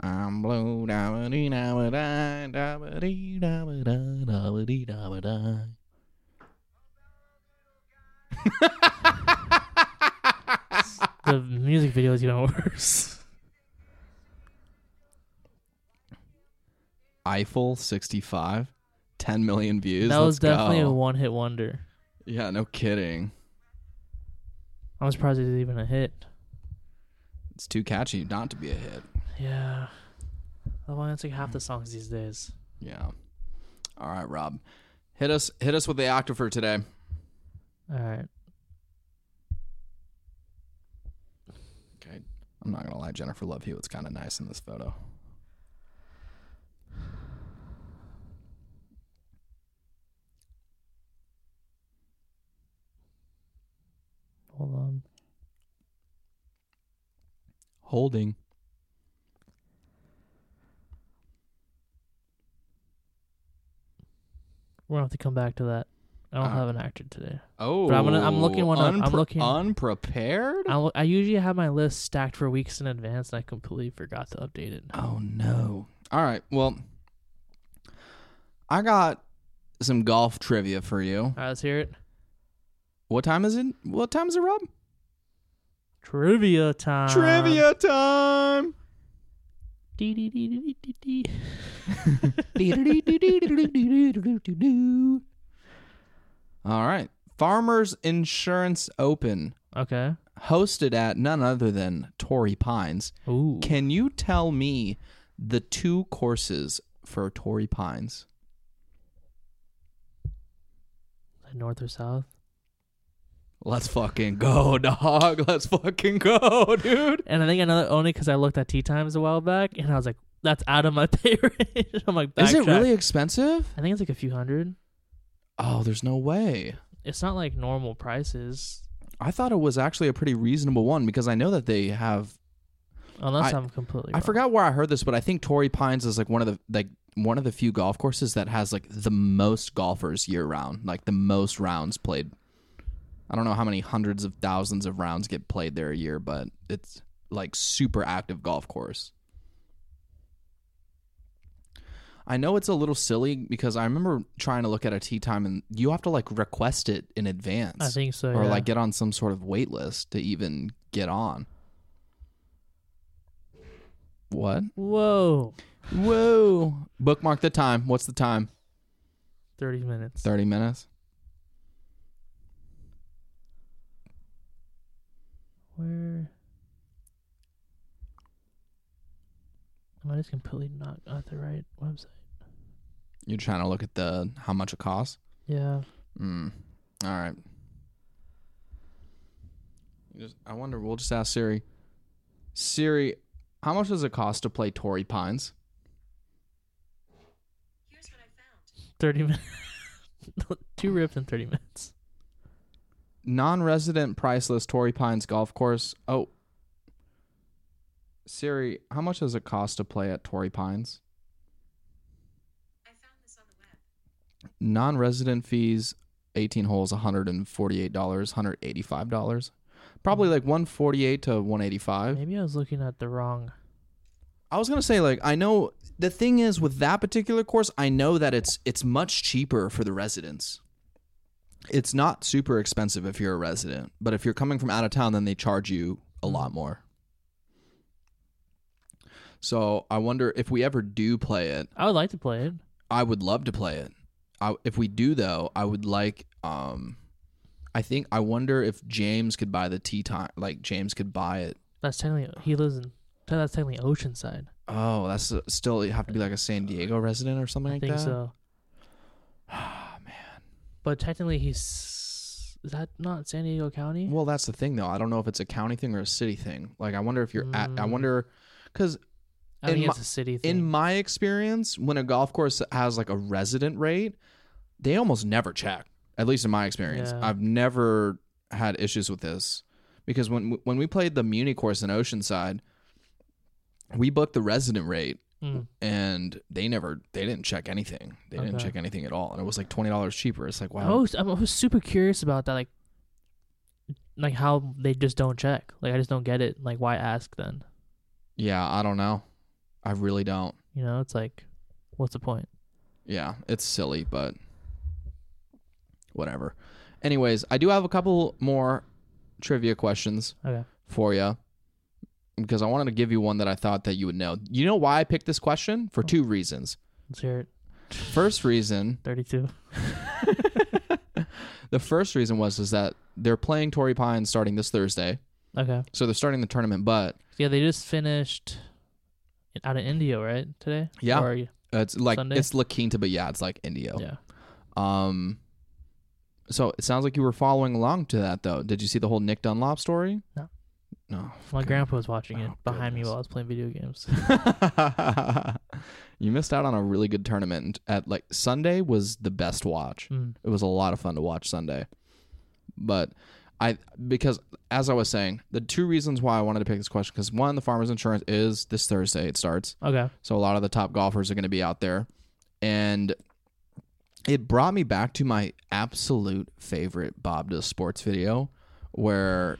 Speaker 2: I'm blue. da dee da da da dee da da da dee da da.
Speaker 3: The music video is even worse.
Speaker 2: Eiffel 65, 10 million views.
Speaker 3: that
Speaker 2: Let's
Speaker 3: was definitely
Speaker 2: go.
Speaker 3: a one hit wonder.
Speaker 2: Yeah, no kidding.
Speaker 3: I'm surprised it was even a hit.
Speaker 2: It's too catchy not to be a hit.
Speaker 3: Yeah. Well, that's like half the songs these days.
Speaker 2: Yeah. All right, Rob. Hit us hit us with the octave for today.
Speaker 3: All right.
Speaker 2: Okay. I'm not gonna lie, Jennifer Love Hewitt's kinda nice in this photo.
Speaker 3: Hold on.
Speaker 2: Holding.
Speaker 3: We're gonna have to come back to that. I don't
Speaker 2: All
Speaker 3: have an actor today.
Speaker 2: Oh
Speaker 3: I'm gonna- I'm looking one up. I'm looking-
Speaker 2: unprepared?
Speaker 3: I, I usually have my list stacked for weeks in advance, and I completely forgot to update it.
Speaker 2: Oh no. All right. Well I got some golf trivia for you.
Speaker 3: All right, let's hear it.
Speaker 2: What time is it? What time is it, Rob?
Speaker 3: Trivia time.
Speaker 2: trivia time.
Speaker 3: Dee-dee-dee-dee-dee-dee.
Speaker 2: All right. Farmers Insurance Open,
Speaker 3: Okay.
Speaker 2: hosted at none other than Torrey Pines.
Speaker 3: Ooh.
Speaker 2: Can you tell me the two courses for Torrey Pines?
Speaker 3: North or south?
Speaker 2: Let's fucking go, dog. Let's fucking go, dude.
Speaker 3: And I think I know that only because I looked at tea times a while back, and I was like, "That's out of my pay range." I'm like,
Speaker 2: Is it
Speaker 3: backtrack.
Speaker 2: really expensive?
Speaker 3: I think it's like a few hundred.
Speaker 2: Oh, there's no way.
Speaker 3: It's not like normal prices,
Speaker 2: I thought it was actually a pretty reasonable one because I know that they have
Speaker 3: unless
Speaker 2: I-
Speaker 3: I, am completely.
Speaker 2: I
Speaker 3: wrong.
Speaker 2: forgot where I heard this, but I think Torrey Pines is like one of the like one of the few golf courses that has like the most golfers year round, like the most rounds played. I don't know how many hundreds of thousands of rounds get played there a year, but it's like super active golf course. I know it's a little silly because I remember trying to look at a tee time and you have to like request it in advance
Speaker 3: I think so.
Speaker 2: or
Speaker 3: yeah.
Speaker 2: like get on some sort of wait list to even get on. What?
Speaker 3: Whoa.
Speaker 2: Whoa. Bookmark the time. What's the time?
Speaker 3: Thirty minutes.
Speaker 2: 30 minutes.
Speaker 3: Where? Am I just completely not at the right website?
Speaker 2: You're trying to look at the how much it costs.
Speaker 3: Yeah.
Speaker 2: Mm. All right. You Just, I wonder. We'll just ask Siri. Siri, how much does it cost to play Tory Pines?
Speaker 4: Here's what I found.
Speaker 3: 30 minutes. Two rips in 30 minutes.
Speaker 2: Non-resident priceless Tory Pines golf course. Oh. Siri, how much does it cost to play at Tory Pines?
Speaker 4: I found this on the web.
Speaker 2: non-resident fees 18 holes $148 $185 probably like 148 to 185
Speaker 3: Maybe I was looking at the wrong.
Speaker 2: i was gonna say like i know the thing is with that particular course i know that it's it's much cheaper for the residents it's not super expensive if you're a resident but if you're coming from out of town then they charge you a
Speaker 3: Mm-hmm.
Speaker 2: lot more so i wonder if we ever do play it
Speaker 3: I would like to play it.
Speaker 2: I would love to play it. I, if we do though, I would like. Um, I think I wonder if James could buy the tea time. Like James could buy it.
Speaker 3: That's technically. He lives in. That's technically Oceanside.
Speaker 2: Oh, that's a, still you have to be like a San Diego resident or something
Speaker 3: I
Speaker 2: like
Speaker 3: think
Speaker 2: that.
Speaker 3: so. But technically, he's. Is that not San Diego County?
Speaker 2: Well, that's the thing though. I don't know if it's a county thing or a city thing. Like I wonder if you're at. I wonder
Speaker 3: Mm.
Speaker 2: because
Speaker 3: I think
Speaker 2: in
Speaker 3: it's
Speaker 2: my-
Speaker 3: a city thing.
Speaker 2: in my experience, when a golf course has like a resident rate, they almost never check. At least in my experience,
Speaker 3: Yeah.
Speaker 2: I've never had issues with this because when when we played the Muni course in Oceanside, we booked the resident rate
Speaker 3: Mm.
Speaker 2: and they never they didn't check anything. They didn't
Speaker 3: Okay. Oh.
Speaker 2: check anything at all, and it was like twenty dollars cheaper. It's like
Speaker 3: I
Speaker 2: wow,
Speaker 3: was, I'm- I was super curious about that, like, like how they just don't check. Like, I just don't get it. Like, why ask then?
Speaker 2: yeah, I don't know, I really don't.
Speaker 3: You know, it's like, what's the point?
Speaker 2: Yeah, it's silly, but whatever. Anyways, I do have a couple more trivia questions
Speaker 3: Okay.
Speaker 2: for you because I wanted to give you one that I thought that you would know. You know why I picked this question? For two reasons.
Speaker 3: Let's hear it.
Speaker 2: First reason,
Speaker 3: 32.
Speaker 2: the first reason was is that they're playing Torrey Pines starting this Thursday.
Speaker 3: Okay.
Speaker 2: So they're starting the tournament, but
Speaker 3: Yeah, they just finished in- out in Indio, right? Today?
Speaker 2: Yeah. Oh,
Speaker 3: Or,
Speaker 2: it's like
Speaker 3: Sunday?
Speaker 2: it's La Quinta, but yeah, it's like Indio.
Speaker 3: yeah.
Speaker 2: Um so it sounds like you were following along to that though. Did you see the whole Nick Dunlop story?
Speaker 3: No.
Speaker 2: No.
Speaker 3: My grandpa was watching it
Speaker 2: Oh,
Speaker 3: behind
Speaker 2: goodness.
Speaker 3: me while I was playing video games.
Speaker 2: you missed out on a really good tournament at like Sunday was the best watch.
Speaker 3: Mm.
Speaker 2: It was a lot of fun to watch Sunday. But I because as I was saying, the two reasons why I wanted to pick this question cuz one the farmers insurance is this Thursday it starts.
Speaker 3: Okay.
Speaker 2: So a lot of the top golfers are going to be out there and it brought me back to my absolute favorite Bob does sports video where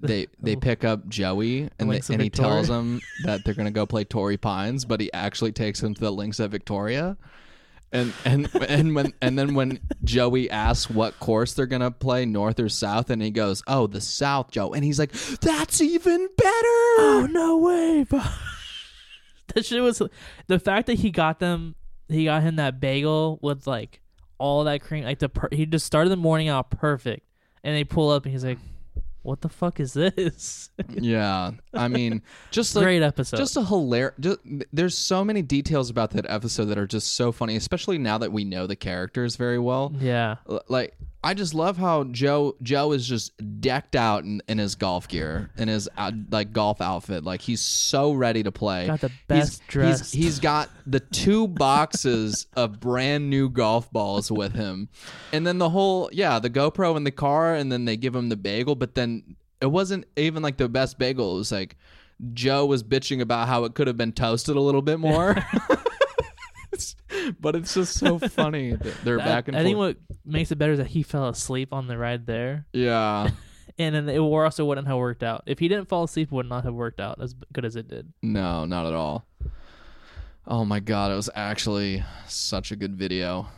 Speaker 2: they they pick up Joey and, they,
Speaker 3: Links of
Speaker 2: and he
Speaker 3: Victoria.
Speaker 2: tells him that they're gonna go play Torrey Pines, but he actually takes him to the links at Victoria. And and and when and then when Joey asks what course they're gonna play, north or south, and he goes, "Oh, the south, Joe," and he's like, "That's even better." Oh no way!
Speaker 3: That shit was the fact that he got them, he got him that bagel with like all that cream. Like the per- he just started the morning out perfect, and they pull up and he's like, "What the fuck is this?"
Speaker 2: Yeah, I mean, just like
Speaker 3: Great episode.
Speaker 2: just a hilarious. Just, there's so many details about that episode that are just so funny, especially now that we know the characters very well.
Speaker 3: yeah,
Speaker 2: L- like I just love how Joe Joe is just decked out in, in his golf gear in his out, like golf outfit. Like he's so ready to play.
Speaker 3: Got the
Speaker 2: He's-
Speaker 3: best
Speaker 2: he's-
Speaker 3: dressed.
Speaker 2: he's got the two boxes of brand new golf balls with him, and then the whole yeah the GoPro in the car, and then they give him the bagel. But then it wasn't even like the best bagel. It was like Joe was bitching about how it could have been toasted a little bit more. but it's just so funny. that They're back and
Speaker 3: I,
Speaker 2: forth.
Speaker 3: think what makes it better is that he fell asleep on the ride there,
Speaker 2: yeah.
Speaker 3: and then it wor- also wouldn't have worked out. If he didn't fall asleep, it would not have worked out as good as it did.
Speaker 2: No, not at all. Oh my god, it was actually such a good video.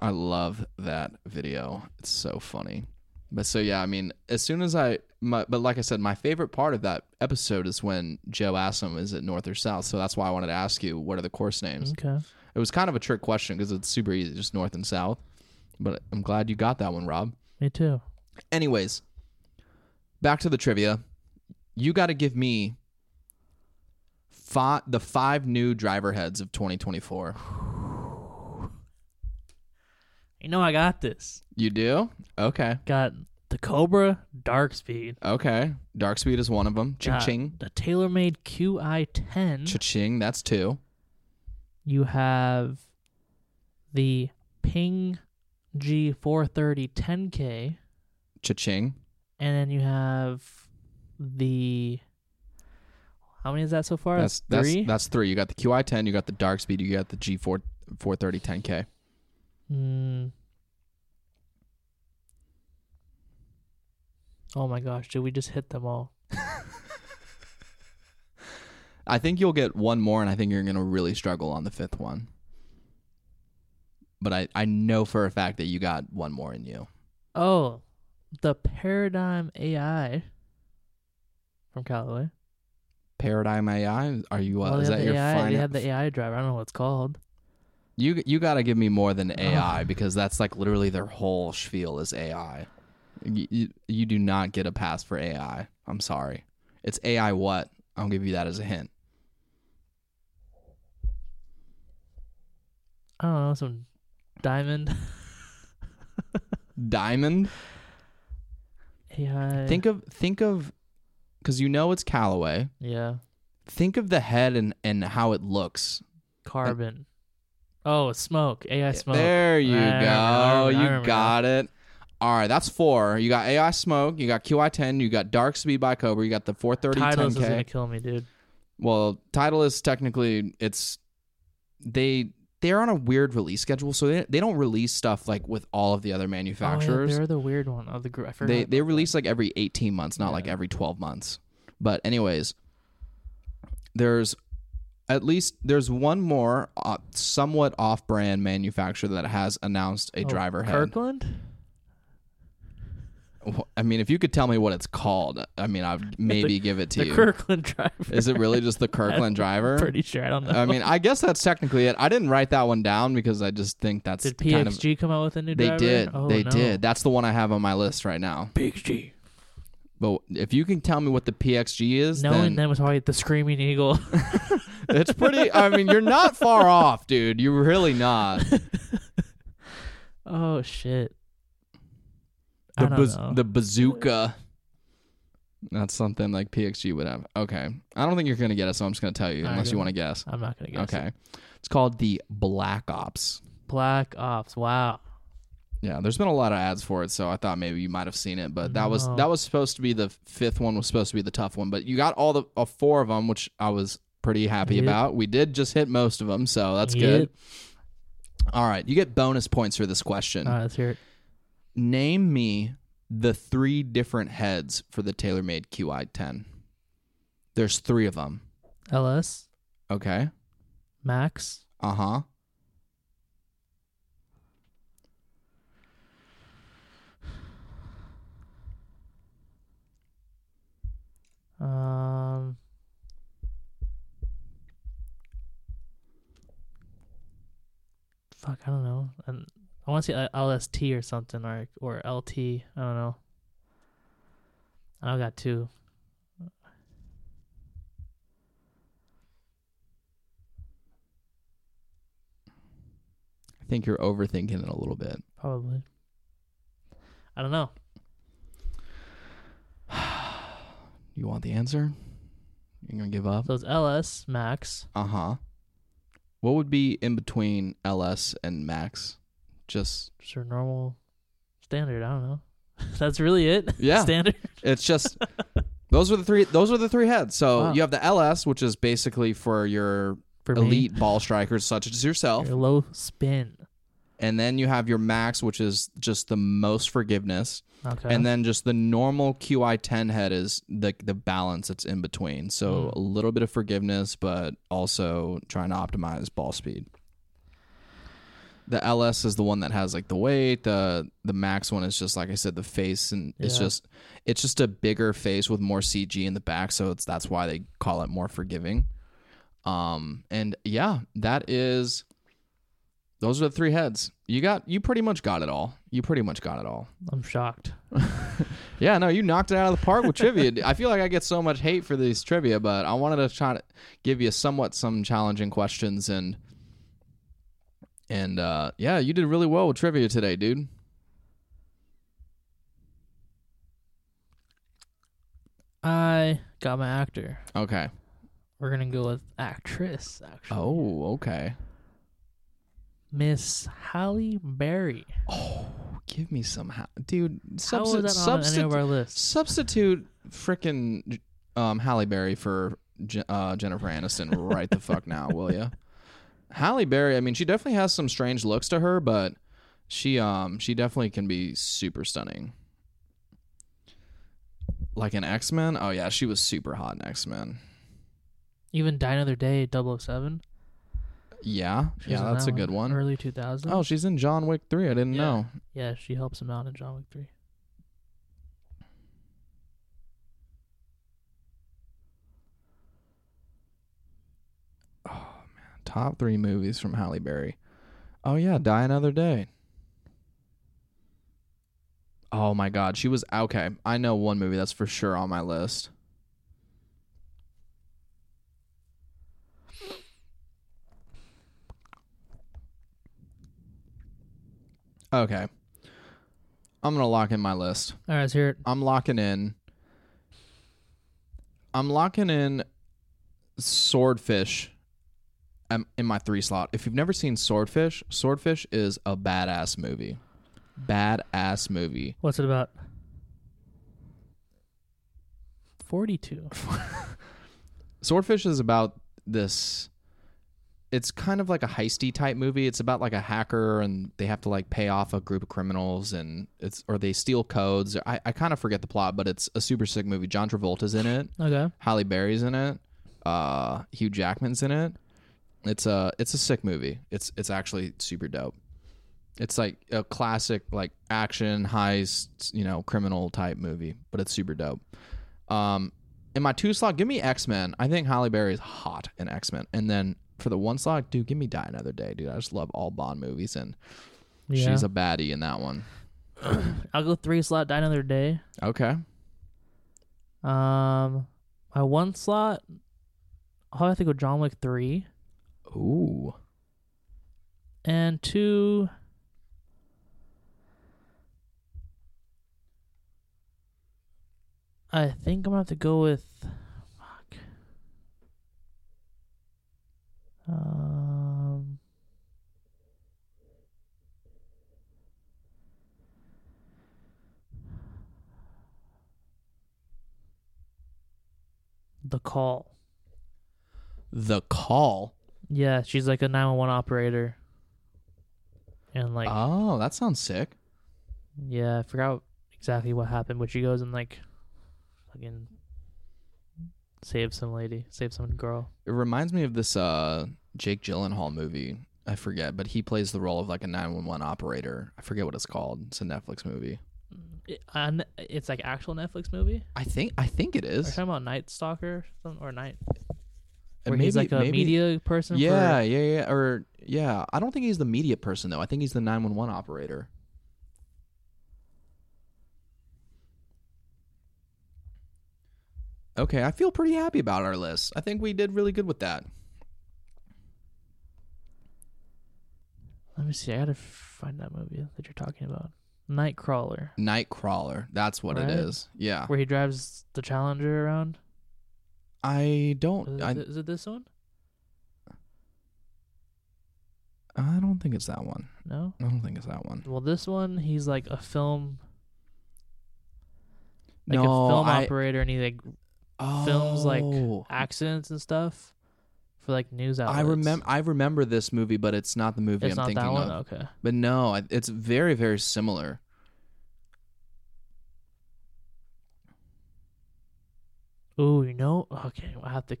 Speaker 2: I love that video. It's so funny. But so yeah, I mean, as soon as I my, but like I said, my favorite part of that episode is when Joe asks him is it north or south. So that's why I wanted to ask you what are the course names.
Speaker 3: Okay,
Speaker 2: It was kind of a trick question because it's super easy, just north and south. But I'm glad you got that one, Rob.
Speaker 3: Me too.
Speaker 2: Anyways, back to the trivia. You got to give me five, the five new driver heads of 2024.
Speaker 3: You know I got this.
Speaker 2: You do? Okay.
Speaker 3: Got the Cobra Dark Speed.
Speaker 2: Okay. Dark Speed is one of them. Ching ching.
Speaker 3: The TaylorMade QI10.
Speaker 2: Cha ching. That's two.
Speaker 3: you have the Ping G430 10K,
Speaker 2: Cha ching.
Speaker 3: and then you have the. How many is that so far?
Speaker 2: That's that's
Speaker 3: three.
Speaker 2: that's three. You got the QI10, you got the Dark Speed, you got the G4 430 10K.
Speaker 3: Mm. Oh my gosh! Did we just hit them all?
Speaker 2: I think you'll get one more, and I think you're going to really struggle on the fifth one. But I, I know for a fact that you got one more in you.
Speaker 3: Oh, the Paradigm AI from Callaway.
Speaker 2: Paradigm AI, are you? Uh,
Speaker 3: Well,
Speaker 2: is that
Speaker 3: they have the
Speaker 2: your
Speaker 3: AI,
Speaker 2: final?
Speaker 3: They have the AI driver. I don't know what it's called.
Speaker 2: You you got to give me more than AI because that's like literally their whole spiel is AI. You, you, you do not get a pass for AI. I'm sorry. It's AI what? I'll give you that as a hint.
Speaker 3: I don't know some diamond
Speaker 2: Diamond.
Speaker 3: AI.
Speaker 2: Think of think of because you know it's Callaway.
Speaker 3: Yeah.
Speaker 2: Think of the head and and how it looks.
Speaker 3: Carbon. oh, smoke. AI smoke.
Speaker 2: There you
Speaker 3: I
Speaker 2: go.
Speaker 3: remember, I remember, I
Speaker 2: You
Speaker 3: remember.
Speaker 2: got it. All right, that's four. You got AI smoke. You got QI10. You got dark speed by Cobra. You got the 430
Speaker 3: Titleist is
Speaker 2: 10K.
Speaker 3: gonna kill me, dude.
Speaker 2: Well, title is technically it's they they're on a weird release schedule, so they, they don't release stuff like with all of the other
Speaker 3: Oh, yeah,
Speaker 2: manufacturers.
Speaker 3: they're the weird one of the group. I forgot
Speaker 2: they
Speaker 3: about
Speaker 2: they
Speaker 3: that.
Speaker 2: release like every 18 months, not like
Speaker 3: Yeah.
Speaker 2: every 12 months. But anyways, there's at least there's one more uh, somewhat off-brand manufacturer that has announced a
Speaker 3: Oh,
Speaker 2: driver head.
Speaker 3: Kirkland.
Speaker 2: I mean, if you could tell me what it's called, I mean, I'd maybe give it to
Speaker 3: The
Speaker 2: you.
Speaker 3: Kirkland driver.
Speaker 2: Is it Uh, really just the Kirkland driver?
Speaker 3: Pretty sure. I don't know.
Speaker 2: I mean, I guess that's technically it. I didn't write that one down because I just think that's
Speaker 3: did
Speaker 2: the kind of
Speaker 3: PXG come out with a new
Speaker 2: they
Speaker 3: driver?
Speaker 2: did.
Speaker 3: Oh,
Speaker 2: they
Speaker 3: no.
Speaker 2: did. That's the one I have on my list right now.
Speaker 3: PXG.
Speaker 2: But if you can tell me what the PXG is,
Speaker 3: Knowing
Speaker 2: then
Speaker 3: them was probably the Screaming Eagle.
Speaker 2: it's pretty. I mean, you're not far off, dude. You're really not.
Speaker 3: oh shit.
Speaker 2: The
Speaker 3: I don't
Speaker 2: baz-
Speaker 3: know.
Speaker 2: the bazooka. That's something like PXG would have. Okay, I don't think you're gonna get it, so I'm just gonna tell you
Speaker 3: All right,
Speaker 2: unless
Speaker 3: go
Speaker 2: you want to guess.
Speaker 3: I'm not gonna guess.
Speaker 2: okay, it's called the Black Ops.
Speaker 3: Black Ops. Wow.
Speaker 2: Yeah, there's been a lot of ads for it, so I thought maybe you might have seen it, but that was
Speaker 3: No.
Speaker 2: that was supposed to be the fifth one was supposed to be the tough one, but you got all the all four of them, which I was pretty happy
Speaker 3: Yep.
Speaker 2: about. We did just hit most of them, so that's good. All right, you get bonus points for this question.
Speaker 3: All right, let's hear it.
Speaker 2: Name me the three different heads for the TaylorMade QI10. There's three of them.
Speaker 3: LS
Speaker 2: Okay.
Speaker 3: Max.
Speaker 2: Uh huh.
Speaker 3: Um. Fuck, I don't know. And I want to say uh, like LST or something, or or LT. I don't know. I don't got two.
Speaker 2: I think you're overthinking it a little bit.
Speaker 3: Probably. I don't know.
Speaker 2: You want the answer? You're gonna give up?
Speaker 3: So it's LS Max.
Speaker 2: Uh huh. What would be in between LS and max? Just
Speaker 3: Just your normal standard. I don't know. That's really it.
Speaker 2: Yeah.
Speaker 3: standard.
Speaker 2: it's just those are the three. Those are the three heads. So
Speaker 3: Wow.
Speaker 2: you have the LS, which is basically for your
Speaker 3: For me.
Speaker 2: elite ball strikers such as yourself,
Speaker 3: Your low spin.
Speaker 2: and then you have your max, which is just the most forgiveness,
Speaker 3: Okay.
Speaker 2: and then just the normal QI10 head is the the balance that's in between. So a
Speaker 3: Hmm.
Speaker 2: little bit of forgiveness, but also trying to optimize ball speed. The LS is the one that has like the weight. The the max one is just like I said, the face, and it's
Speaker 3: Yeah.
Speaker 2: just it's just a bigger face with more CG in the back. So it's that's why they call it more forgiving. Um, and yeah, that is Those are the three heads. You got you pretty much got it all. You pretty much got it all.
Speaker 3: I'm shocked.
Speaker 2: Yeah, no, you knocked it out of the park with trivia. I feel like I get so much hate for these trivia, but I wanted to try to give you somewhat some challenging questions and and uh yeah, you did really well with trivia today, dude.
Speaker 3: I got my actor.
Speaker 2: Okay.
Speaker 3: We're gonna go with actress, actually.
Speaker 2: Oh, okay.
Speaker 3: Miss Halle Berry.
Speaker 2: Give me some ha- dude,
Speaker 3: How was
Speaker 2: substi-
Speaker 3: that on any of
Speaker 2: substi-
Speaker 3: our lists?
Speaker 2: substitute frickin' um, Halle Berry for Je- uh, Jennifer Aniston right the fuck now, will you? Halle Berry, I mean, she definitely has some strange looks to her, but she um she definitely can be super stunning. Like an X Men, oh yeah, she was super hot in X Men.
Speaker 3: Even Die Another Day, 007.
Speaker 2: Yeah,
Speaker 3: She was
Speaker 2: yeah,
Speaker 3: in
Speaker 2: that's
Speaker 3: that
Speaker 2: a good one.
Speaker 3: Early 2000s.
Speaker 2: Oh, she's in John Wick three. I didn't
Speaker 3: Yeah.
Speaker 2: know.
Speaker 3: yeah, she helps him out in John Wick 3.
Speaker 2: Top three movies from Halle Berry. Oh yeah, Die Another Day. Oh my God, she was okay. I know one movie that's for sure on my list. Okay, I'm gonna lock in my list.
Speaker 3: All right, let's hear it.
Speaker 2: I'm locking in. I'm locking in Swordfish um, in my three slot. If you've never seen Swordfish, Swordfish is a badass movie. Badass movie.
Speaker 3: What's it about? 42.
Speaker 2: Swordfish is about this. It's kind of like a heisty type movie. It's about like a hacker and they have to like pay off a group of criminals and it's or they steal codes. I, I kind of forget the plot, but it's a super sick movie. John Travolta's in it.
Speaker 3: Okay.
Speaker 2: Halle Berry's in it. Uh, Hugh Jackman's in it. It's a it's a sick movie. It's it's actually super dope. It's like a classic like action heist, you know, criminal type movie, but it's super dope. Um, in my two slot, give me X Men. I think Halle Berry is hot in X Men, and then for the one slot, dude, give me Die Another Day, dude. I just love all Bond movies, and
Speaker 3: Yeah.
Speaker 2: she's a baddie in that one.
Speaker 3: I'll go three slot, die another day.
Speaker 2: Okay,
Speaker 3: Um, my one slot, I'll have to go John Wick 3.
Speaker 2: ooh,
Speaker 3: And two, I think I'm gonna have to go with. Fuck. Um. The call.
Speaker 2: The Call.
Speaker 3: Yeah, she's like a 911 operator. And like
Speaker 2: Oh, that sounds sick.
Speaker 3: yeah, I forgot exactly what happened, but she goes and like fucking save some lady, save some girl.
Speaker 2: It reminds me of this uh, Jake Gyllenhaal movie. I forget, but he plays the role of like a 911 operator. I forget what it's called. It's a Netflix movie.
Speaker 3: It- on- it's like actual Netflix movie.
Speaker 2: I think I think it
Speaker 3: Are you
Speaker 2: is.
Speaker 3: talking about Night Stalker or something, or Night?
Speaker 2: And
Speaker 3: Where he's like a media person.
Speaker 2: Uh, Yeah,
Speaker 3: For,
Speaker 2: yeah, yeah. Or yeah, I don't think he's the media person though. I think he's the 911 operator. Okay, I feel pretty happy about our list. I think we did really good with that.
Speaker 3: let me see. I gotta find that movie that you're talking about. Nightcrawler,
Speaker 2: Nightcrawler, that's what
Speaker 3: Right?
Speaker 2: it is. Yeah.
Speaker 3: where he drives the Challenger around.
Speaker 2: I
Speaker 3: Is
Speaker 2: don't
Speaker 3: it,
Speaker 2: I,
Speaker 3: is it this one?
Speaker 2: I don't think it's that one.
Speaker 3: No.
Speaker 2: I don't think it's that one.
Speaker 3: Well, this one he's like a film, like
Speaker 2: no,
Speaker 3: a film
Speaker 2: I,
Speaker 3: operator, and he like films like
Speaker 2: Oh.
Speaker 3: accidents and stuff for like news outlets.
Speaker 2: I remember. I remember this movie, but it's not the movie
Speaker 3: It's
Speaker 2: I'm
Speaker 3: not
Speaker 2: thinking
Speaker 3: that one.
Speaker 2: of.
Speaker 3: Okay.
Speaker 2: But no, I- it's very, very similar.
Speaker 3: Ooh, you know. Okay, we'll have to.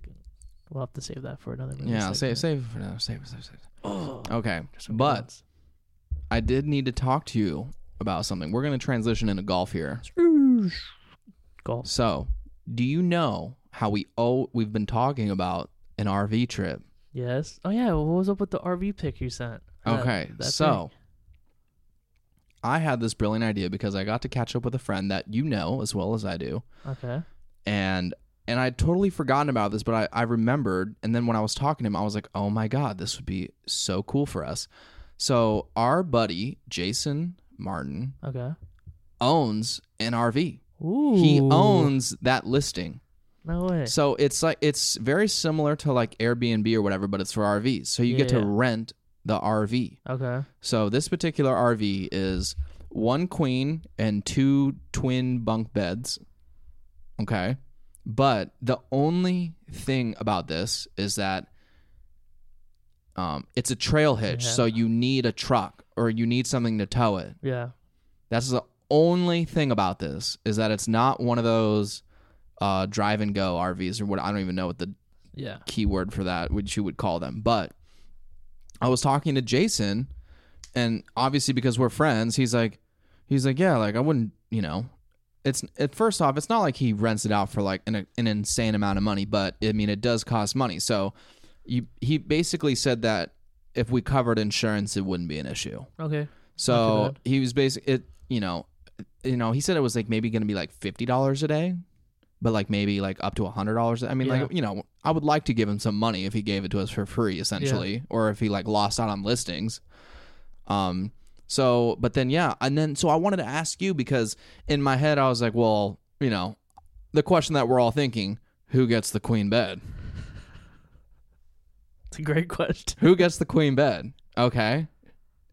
Speaker 3: We'll have to save that for another. Movie
Speaker 2: yeah, save,
Speaker 3: segment.
Speaker 2: save it for now. Save, it, save, it, save. it.
Speaker 3: Oh,
Speaker 2: Okay,
Speaker 3: there's some good
Speaker 2: but
Speaker 3: ones.
Speaker 2: I did need to talk to you about something. We're gonna transition into golf here.
Speaker 3: golf.
Speaker 2: So, do you know how we oh we've been talking about an RV trip?
Speaker 3: Yes. Oh yeah. What was up with the RV pic you sent? that-
Speaker 2: Okay,
Speaker 3: that
Speaker 2: so I had this brilliant idea because I got to catch up with a friend that you know as well as I do,
Speaker 3: thing. Okay.
Speaker 2: and and I'd totally forgotten about this, but I, I remembered, and then when I was talking to him, I was like, oh my god, this would be so cool for us. So our buddy Jason Martin
Speaker 3: Okay.
Speaker 2: owns an RV.
Speaker 3: Ooh.
Speaker 2: He owns that listing.
Speaker 3: No way.
Speaker 2: So it's like it's very similar to like Airbnb or whatever, but it's for RVs. So you get to
Speaker 3: Yeah.
Speaker 2: rent the RV.
Speaker 3: Okay.
Speaker 2: So this particular RV is one queen and two twin bunk beds. Okay. But the only thing about this is that um, it's a trail hitch,
Speaker 3: Yeah.
Speaker 2: so you need a truck or you need something to tow it.
Speaker 3: Yeah.
Speaker 2: That's the only thing about this is that it's not one of those uh, drive and go RVs or what I don't even know what the
Speaker 3: Yeah.
Speaker 2: keyword for that, which you would call them. But I was talking to Jason, and obviously because we're friends, he's like, he's like, yeah, like I wouldn't, you know, it's at first off, it's not like he rents it out for like an an insane amount of money, but I mean it does cost money. So you he basically said that if we covered insurance, it wouldn't be an issue.
Speaker 3: Okay.
Speaker 2: So
Speaker 3: bad.
Speaker 2: he was basically it, you know, you know, he said it was like maybe going to be like fifty dollars a day, but like maybe like up to hundred dollars. I mean,
Speaker 3: Yeah.
Speaker 2: like you know, I would like to give him some money if he gave it to us for free, essentially, or if he like lost out on listings. Um. So, but then yeah, and then so I wanted to ask you because in my head I was like, well, you know, the question that we're all thinking: who gets the queen bed?
Speaker 3: It's a great question.
Speaker 2: Who gets the queen bed? Okay,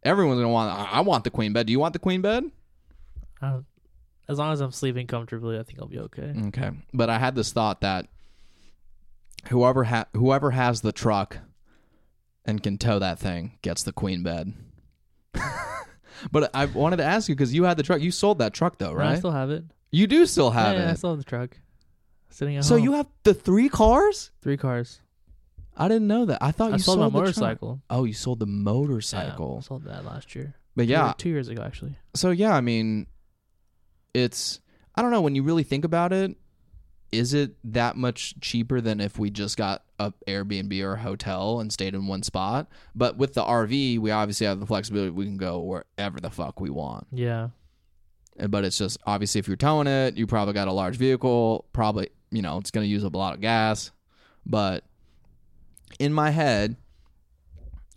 Speaker 2: everyone's gonna want. I I want the queen bed. Do you want the queen bed?
Speaker 3: I don't- Um, as long as I'm sleeping comfortably, I think I'll be okay.
Speaker 2: Okay, but I had this thought that whoever ha- whoever has the truck and can tow that thing gets the queen bed. but I wanted to ask you because you had the truck. You sold that truck though,
Speaker 3: No, I
Speaker 2: right?
Speaker 3: still have it.
Speaker 2: you do still have
Speaker 3: yeah, yeah, I
Speaker 2: it.
Speaker 3: still have the truck. Sitting at
Speaker 2: so
Speaker 3: home.
Speaker 2: you have the three cars?
Speaker 3: three cars.
Speaker 2: I didn't know that. I thought
Speaker 3: I
Speaker 2: Oh, you sold
Speaker 3: sold, my
Speaker 2: the truck.
Speaker 3: motorcycle.
Speaker 2: Oh, you sold the
Speaker 3: Yeah, I
Speaker 2: motorcycle.
Speaker 3: sold that last year.
Speaker 2: But
Speaker 3: Two-
Speaker 2: yeah,
Speaker 3: two years ago actually.
Speaker 2: so yeah, I mean, it's I don't know when you really think about it, is it that much cheaper than if we just got a Airbnb or a hotel and stayed in one spot? But with the RV, we obviously have the flexibility; we can go wherever the fuck we want.
Speaker 3: Yeah.
Speaker 2: And- But it's just obviously if you're towing it, you probably got a large vehicle, probably you know it's going to use up a lot of gas. But in my head,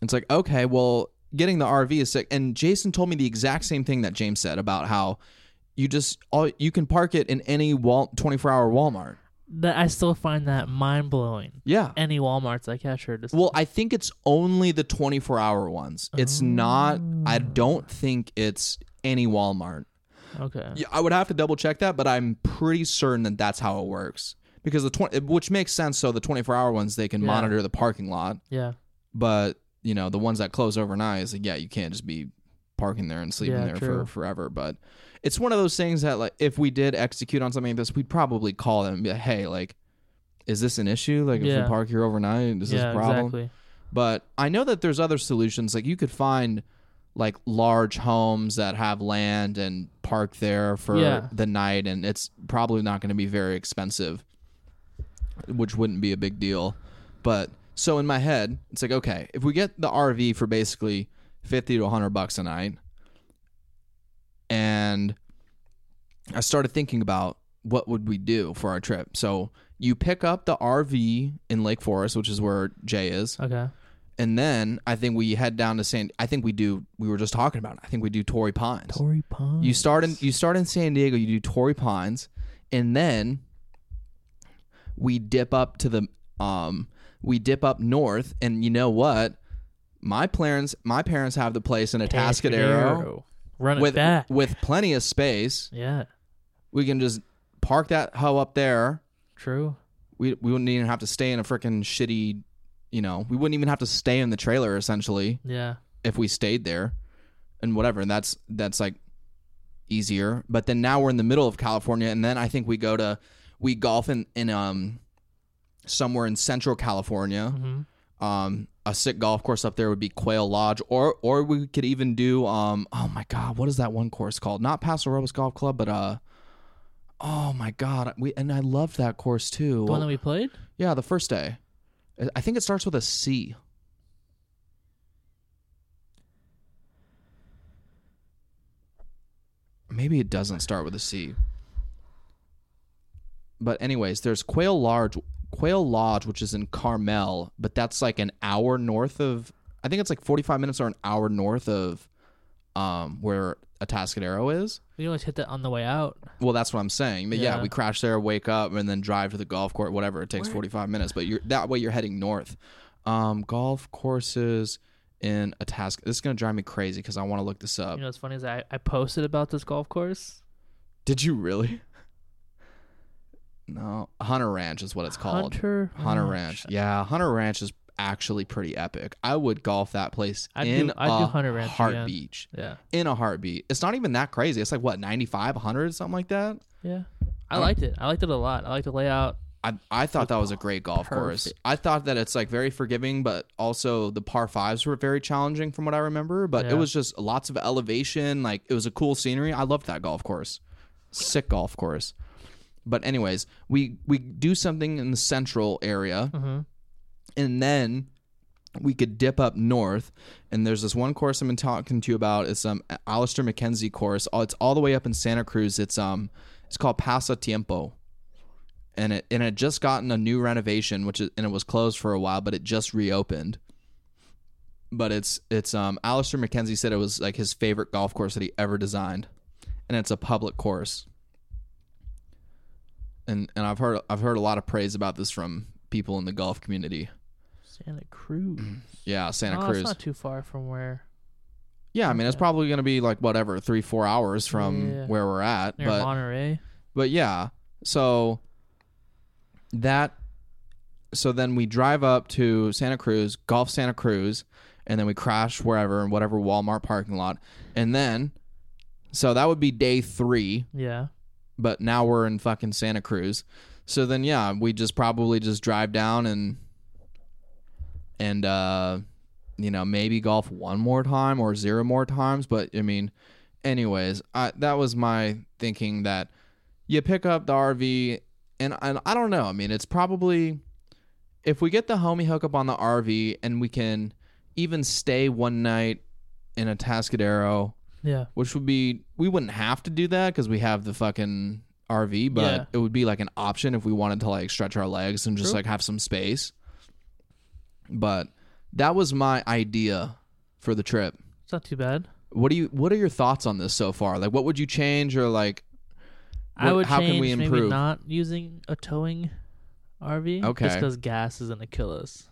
Speaker 2: it's like, okay, well, getting the RV is sick. And Jason told me the exact same thing that James said about how you just all you can park it in any wall 24 hour Walmart.
Speaker 3: That I still find that mind blowing.
Speaker 2: Yeah.
Speaker 3: Any Walmart's like, yeah, sure. Just
Speaker 2: Well, I think it's only the 24 hour ones. It's not I don't think it's any Walmart.
Speaker 3: okay.
Speaker 2: Yeah, I would have to double check that, but I'm pretty certain that that's how it works. Because the 20 which makes sense so the 24 hour ones they can
Speaker 3: Yeah.
Speaker 2: monitor the parking lot,
Speaker 3: Yeah.
Speaker 2: but you know, the ones that close overnight is like yeah, you can't just be parking there and sleeping
Speaker 3: Yeah,
Speaker 2: there for
Speaker 3: true.
Speaker 2: forever, but it's one of those things that like if we did execute on something like this, we'd probably call them and be like, "Hey, like is this an issue? Like if
Speaker 3: Yeah.
Speaker 2: we park here overnight, is this
Speaker 3: yeah.
Speaker 2: a problem?"
Speaker 3: Exactly.
Speaker 2: But I know that there's other solutions. Like you could find like large homes that have land and park there for
Speaker 3: Yeah.
Speaker 2: the night, and it's probably not going to be very expensive, which wouldn't be a big deal. But so in my head, it's like okay, if we get the RV for basically fifty to hundred bucks a night, and I started thinking about what would we do for our trip. So you pick up the RV in Lake Forest, which is where Jay is
Speaker 3: Okay.
Speaker 2: and then I think we head down to San. I think we do. We were just talking about. It. I think we do Torrey Pines.
Speaker 3: Tory Pond.
Speaker 2: You start in. You start in San Diego. You do Torrey Pines, and then we dip up to the. Um, we dip up north, and you know what? My parents. My parents have the place in Atascadero
Speaker 3: Run it
Speaker 2: with
Speaker 3: back.
Speaker 2: with plenty of space.
Speaker 3: yeah.
Speaker 2: We can just park that hoe up there.
Speaker 3: True.
Speaker 2: We we wouldn't even have to stay in a freaking shitty. You know, we wouldn't even have to stay in the trailer essentially.
Speaker 3: Yeah.
Speaker 2: if we stayed there and whatever and that's that's like easier but then now we're in the middle of california and then i think we go to we golf in in um somewhere in central california
Speaker 3: hmm
Speaker 2: um a sick golf course up there would be quail lodge or or we could even do um oh my god what is that one course called not paso robles golf club but uh oh my god we and i loved that course too
Speaker 3: The one that we played.
Speaker 2: yeah the first day I- i think it starts with a c maybe it doesn't start with a C. But anyways, there's Quail Lodge, Quail Lodge, which is in Carmel, but that's like an hour north of. I think it's like 45 minutes or an hour north of um, where Atascadero is.
Speaker 3: We always hit that on the way out.
Speaker 2: Well, that's what I'm saying. But yeah.
Speaker 3: Yeah.
Speaker 2: we crash there, wake up, and then drive to the golf course. Whatever it takes, 45 minutes. But you're that way. You're heading north. Um, golf courses in Atascadero. This is gonna drive me crazy because I want to look this up.
Speaker 3: You know what's funny is I, I posted about this golf course.
Speaker 2: Did you really? No, Hunter Ranch is what it's called.
Speaker 3: Hunter
Speaker 2: Hunter Ranch. Yeah, Hunter Ranch is actually pretty epic. I would golf that place
Speaker 3: I'd
Speaker 2: in
Speaker 3: do- I'd do
Speaker 2: a
Speaker 3: Hunter Ranch again.
Speaker 2: heartbeat.
Speaker 3: Yeah.
Speaker 2: In a heartbeat. It's not even that crazy. It's like what 95, 100, something like that.
Speaker 3: Yeah. I liked it. I liked it a lot. I liked the layout.
Speaker 2: I, I thought that was a great golf course.
Speaker 3: Perfect.
Speaker 2: I thought that it's like very forgiving, but also the par fives were very challenging from what I remember. But
Speaker 3: Yeah.
Speaker 2: it was just lots of elevation. Like it was a cool scenery. I loved that golf course. Sick golf course. But anyways, we we do something in the central area,
Speaker 3: Mm-hmm.
Speaker 2: and then we could dip up north. And there's this one course I've been talking to you about. It's um Alistair McKenzie course. Oh, It's all the way up in Santa Cruz. It's um it's called Pasatiempo and it and it had just gotten a new renovation, which is and it was closed for a while, but it just reopened. But it's it's um Alistair McKenzie said it was like his favorite golf course that he ever designed. And it's a public course. And and I've heard I've heard a lot of praise about this from people in the golf community.
Speaker 3: Santa Cruz.
Speaker 2: Yeah, Santa
Speaker 3: oh,
Speaker 2: Cruz.
Speaker 3: It's not too far from where
Speaker 2: yeah, I mean it's probably gonna be like whatever, three, four hours from
Speaker 3: Yeah.
Speaker 2: where we're at.
Speaker 3: near
Speaker 2: but
Speaker 3: Monterey.
Speaker 2: But yeah, so that so then we drive up to Santa Cruz, golf Santa Cruz, and then we crash wherever in whatever Walmart parking lot. And then so that would be day 3,
Speaker 3: Yeah.
Speaker 2: but now we're in fucking Santa Cruz. So then yeah, we just probably just drive down and and uh you know, maybe golf one more time or zero more times, but I mean, anyways, I that was my thinking that you pick up the RV and and I don't know, I mean, it's probably if we get the homie hookup on the RV and we can even stay one night in a Tascadero
Speaker 3: Yeah.
Speaker 2: which would be we wouldn't have to do that because we have the fucking RV, but
Speaker 3: Yeah.
Speaker 2: it would be like an option if we wanted to like stretch our legs and just
Speaker 3: True.
Speaker 2: like have some space. But that was my idea for the trip.
Speaker 3: It's not too bad.
Speaker 2: What do you what are your thoughts on this so far? Like what would you change or like
Speaker 3: I
Speaker 2: what-
Speaker 3: would
Speaker 2: how
Speaker 3: change
Speaker 2: can we
Speaker 3: maybe
Speaker 2: improve?
Speaker 3: not using a towing RV.
Speaker 2: Okay.
Speaker 3: Just because gas is gonna kill us.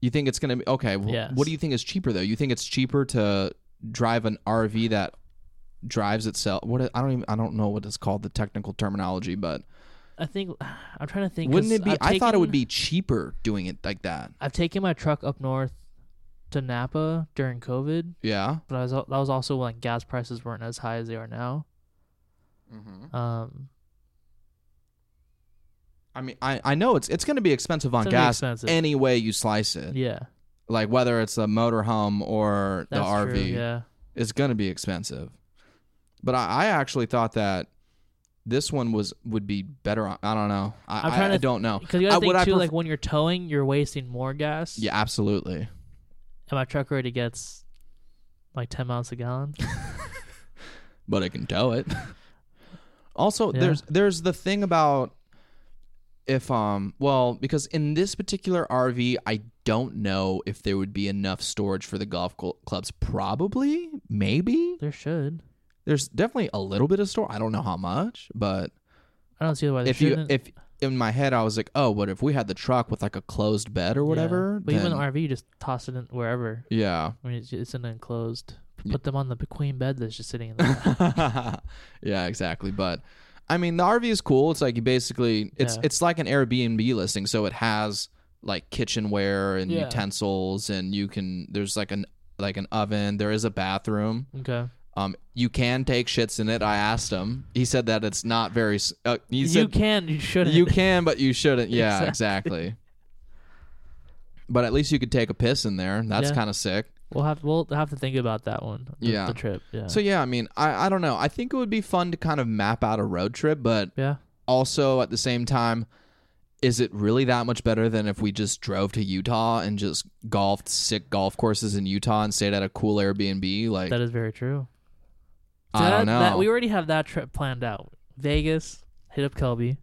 Speaker 2: you think it's gonna be okay, well,
Speaker 3: Yes.
Speaker 2: what do you think is cheaper though? You think it's cheaper to drive an RV that drives itself what I don't even I don't know what it's called the technical terminology, but
Speaker 3: I think I'm trying to think. 'cause
Speaker 2: wouldn't it be
Speaker 3: I've
Speaker 2: I thought it
Speaker 3: taken-
Speaker 2: would be cheaper doing it like that.
Speaker 3: I've taken my truck up north to Napa during COVID,
Speaker 2: Yeah.
Speaker 3: but I was al- that was also when gas prices weren't as high as they are now. Um,
Speaker 2: I mean, I, I know it's it's going to be expensive on
Speaker 3: It's gonna be
Speaker 2: gas
Speaker 3: expensive.
Speaker 2: any way you slice it.
Speaker 3: yeah,
Speaker 2: Like whether it's a motorhome or the
Speaker 3: that's
Speaker 2: RV,
Speaker 3: true. Yeah,
Speaker 2: it's going to be expensive. But I, I actually thought that this one was would be better. On, I don't know. I,
Speaker 3: I'm
Speaker 2: I,
Speaker 3: trying to
Speaker 2: I don't know.
Speaker 3: because you
Speaker 2: I-
Speaker 3: gotta
Speaker 2: would
Speaker 3: think
Speaker 2: I
Speaker 3: too.
Speaker 2: pref-
Speaker 3: like when you're towing, you're wasting more gas.
Speaker 2: yeah, absolutely.
Speaker 3: and my truck already gets like 10 miles a gallon.
Speaker 2: but I can tow it. also,
Speaker 3: Yeah.
Speaker 2: there's there's the thing about if um well because in this particular RV, I don't know if there would be enough storage for the golf cl- clubs. Probably, maybe.
Speaker 3: there should.
Speaker 2: There's definitely a little bit of store. I don't know how much, but
Speaker 3: I don't see why they
Speaker 2: if you
Speaker 3: shouldn't.
Speaker 2: if in my head I was like, oh, what if we had the truck with like a closed bed or
Speaker 3: Yeah.
Speaker 2: whatever?
Speaker 3: But even
Speaker 2: then-
Speaker 3: an RV, you just toss it in wherever.
Speaker 2: yeah.
Speaker 3: I mean, it's, it's an enclosed. Put them on the queen bed that's just sitting in the
Speaker 2: yeah, exactly. But I mean, the RV is cool. It's like you basically it's
Speaker 3: Yeah.
Speaker 2: it's like an Airbnb listing, so it has like kitchenware and
Speaker 3: Yeah.
Speaker 2: utensils, and you can there's like an like an oven. There is a bathroom.
Speaker 3: Okay.
Speaker 2: Um, you can take shits in it. I asked him. He said that it's not very. s- Uh, he
Speaker 3: You,
Speaker 2: said
Speaker 3: can, you shouldn't.
Speaker 2: you can, but you shouldn't. Yeah, exactly. But at least you could take a piss in there. That's
Speaker 3: Yeah.
Speaker 2: kind of sick.
Speaker 3: We'll have we'll have to think about that one. The,
Speaker 2: Yeah.
Speaker 3: The trip. Yeah.
Speaker 2: So yeah, I mean, I, I don't know. I think it would be fun to kind of map out a road trip, but
Speaker 3: yeah.
Speaker 2: also at the same time, is it really that much better than if we just drove to Utah and just golfed sick golf courses in Utah and stayed at a cool Airbnb? Like
Speaker 3: That is very true.
Speaker 2: I don't know.
Speaker 3: That- that- we already have that trip planned out. Vegas, hit up Kelby,